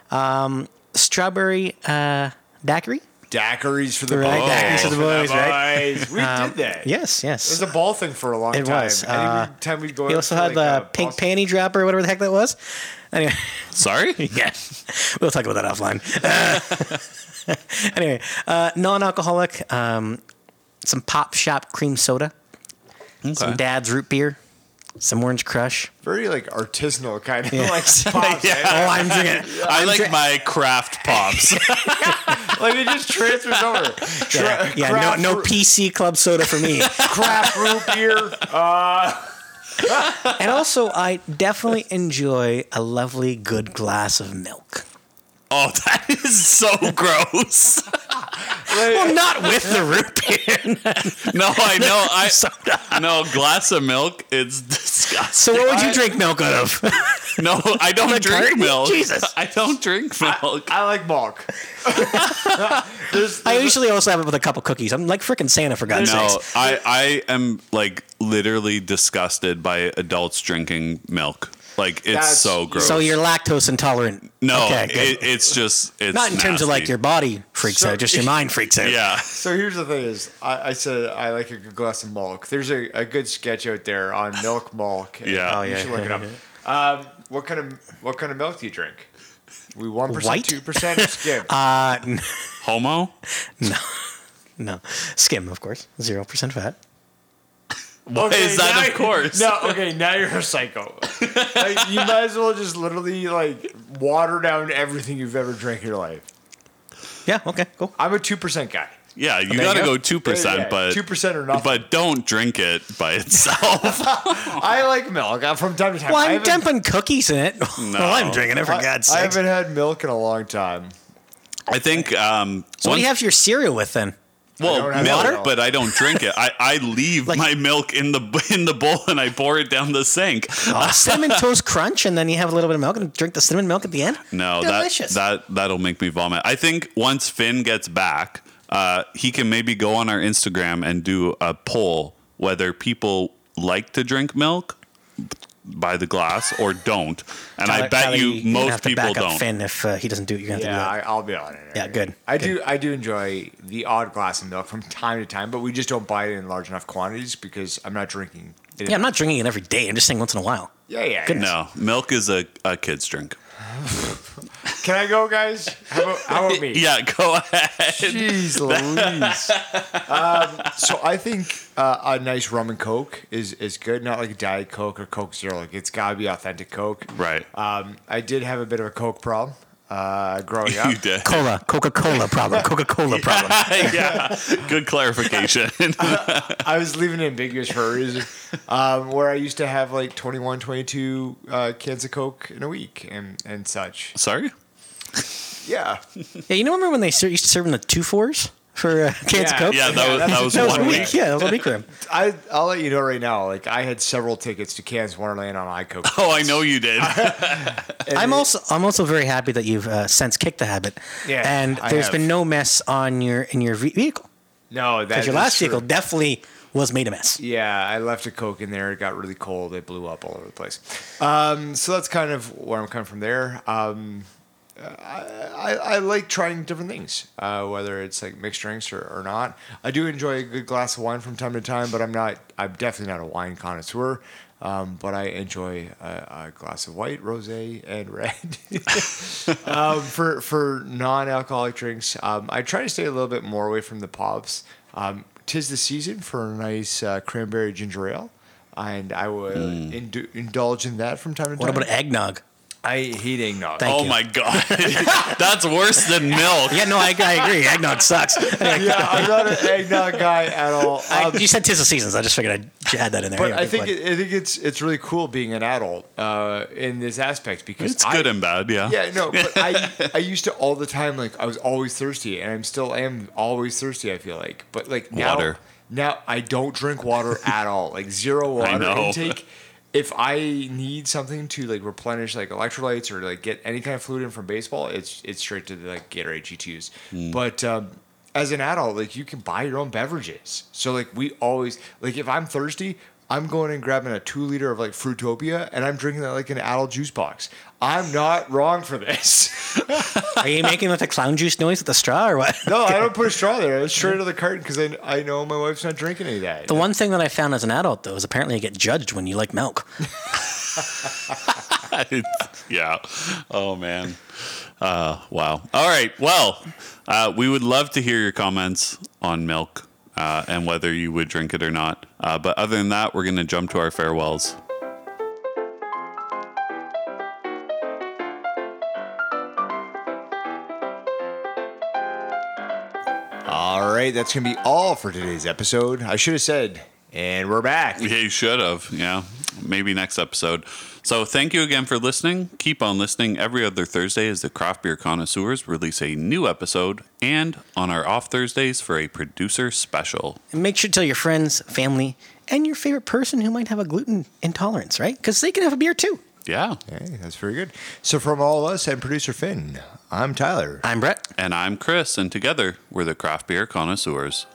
Um, strawberry uh, daiquiri. Daiquiris for the Right, boys. daiquiris for the Oh, boys, right? boys. We did that. Yes, It yes. was a ball thing for a long It time. was, Any uh, time we'd go We out also for, had like, uh, the a pink ball- panty dropper, whatever the heck that was. Anyway, Sorry? yeah, we'll talk about that offline. Uh, anyway, uh, non-alcoholic, um, some pop shop cream soda, some Okay. dad's root beer, some orange crush. Very like artisanal kind of like pop. Oh, yeah. I'm drinking. I I'm like drink- my craft pops. Like it just transfers over. Yeah, Tra- yeah, craft no, no ru- PC club soda for me. craft root beer. Uh, and also, I definitely enjoy a lovely, good glass of milk. Oh, that is so gross. Well, not with the root beer. No, I know. I no glass of milk. It's disgusting. So, what would you I- drink milk out of? No, I don't drink carton? milk. Jesus. I don't drink milk. I like milk. there's, I there's- usually also have it with a couple cookies. I'm like freaking Santa for God's no, sakes. I, I am like literally disgusted by adults drinking milk. Like it's That's- so gross. So you're lactose intolerant. no, okay, good. it, it's just it's not in terms of like nasty. your body freaks So- out, just your mind freaks out. yeah. So here's the thing: is I, I said I like a good glass of milk. There's a, a good sketch out there on milk milk. Yeah. Oh, you yeah, should look it up. Um, what kind of what kind of milk do you drink? We one White? percent, two percent skim. Uh, Homo? Uh, No, skim of course, zero percent fat. Why is that now of you- course? No, okay, now you're a psycho. like, you might as well just literally like water down everything you've ever drank in your life. Yeah. Okay. Cool. I'm a two percent guy. Yeah, you you gotta go. go two percent, but two percent or nothing. but don't drink it by itself. I like milk uh, from time to time. Well, I I'm haven't- dumping cookies in it. well, I'm drinking it for I- God's I sakes. haven't had milk in a long time. I think um What do once- you have your cereal with then? Well, don't have milk, water? but I don't drink it. I, I leave Like- my milk in the in the bowl and I pour it down the sink. Uh, cinnamon toast crunch, and then you have a little bit of milk and drink the cinnamon milk at the end. No, Delicious. that that that'll make me vomit. I think once Finn gets back, uh, he can maybe go on our Instagram and do a poll whether people like to drink milk by the glass or don't. And I Tyler- bet Tyler, you, you're gonna most have to people back up don't. Finn, if uh, he doesn't do it, you're gonna have Yeah, to do I, I'll be on it. Yeah, good, I good. do. I do enjoy the odd glass of milk from time to time, but we just don't buy it in large enough quantities because I'm not drinking. It. that. Yeah, I'm not drinking it every day. I'm just saying once in a while. yeah, yeah. No, milk is a, a kid's drink. Can I go, guys? How about, how about me? Yeah, go ahead. Jeez Louise. um, so I think uh, a nice rum and coke is is good. Not like a diet coke or coke zero. Like it's gotta be authentic coke. Right. Um, I did have a bit of a coke problem uh, growing up. You did. Cola, Coca Cola problem, Coca Cola problem. yeah, good clarification. I was leaving it ambiguous for a reason. Um, where I used to have like 21, 22 uh, cans of Coke in a week and, and such. Sorry? Yeah. Yeah, you know, remember when they ser- used to serve them the two fours for uh, cans Yeah, of Coke? Yeah, that was, that's- that was that was one a week. week. Yeah, that was a week for him. I, I'll let you know right now. Like, I had several tickets to Cans Wonderland on iCoke. Oh, I know you did. I'm also I'm also very happy that you've uh, since kicked the habit. Yeah, and I there's have. been no mess on your in your ve- vehicle No, that's because your last vehicle definitely was made a mess. Yeah, I left a Coke in there. It got really cold. It blew up all over the place. Um, so that's kind of where I'm coming from there. Um, I, I, I like trying different things, uh, whether it's like mixed drinks or, or not. I do enjoy a good glass of wine from time to time, but I'm not. I'm definitely not a wine connoisseur. Um, but I enjoy a, a glass of white, rosé, and red. um, for for non-alcoholic drinks, um, I try to stay a little bit more away from the pubs. Um, tis the season for a nice uh, cranberry ginger ale, and I will indu- indulge in that from time to Mm. What time. about eggnog? I hate eggnog. Thank oh you. my god, that's worse than milk. Yeah, no, I, I agree. Eggnog sucks. Anyway, yeah, I'm not an eggnog guy at all. I- Um, you said tis the seasons. I just figured I'd add that in there. but Anyway, I think but- it, I think it's it's really cool being an adult uh, in this aspect because It's I- good and bad, yeah. yeah, no, but I I used to all the time like I was always thirsty and I'm still am always thirsty. I feel like, but like now Water. now I don't drink water at all. Like zero water know. intake. If I need something to like replenish like electrolytes or like get any kind of fluid in from baseball, it's it's straight to the like Gatorade G2s. But um, as an adult, like you can buy your own beverages. So like we always like if I'm thirsty, I'm going and grabbing a two liter of like Fruitopia and I'm drinking that like an adult juice box. I'm not wrong for this. Are you making like a clown juice noise with the straw or what? No, I don't put a straw there. It's straight out of the carton because I, I know my wife's not drinking any of that. The one thing that I found as an adult though is apparently you get judged when you like milk. It's- yeah. Oh man. Uh, wow. All right. Well, uh, we would love to hear your comments on milk uh, and whether you would drink it or not. Uh, but other than that, we're going to jump to our farewells. All right, that's going to be all for today's episode. I should have said, and we're back. Yeah, you should have. Yeah. Maybe next episode. So thank you again for listening. Keep on listening. Every other Thursday as the Craft Beer Connoisseurs release a new episode and on our off Thursdays for a producer special. And make sure to tell your friends, family, and your favorite person who might have a gluten intolerance, right? Because they can have a beer too. Yeah. Hey, that's very good. So, from all of us and producer Finn, I'm Tyler. I'm Brett. And I'm Chris, and together we're the Craft Beer Connoisseurs.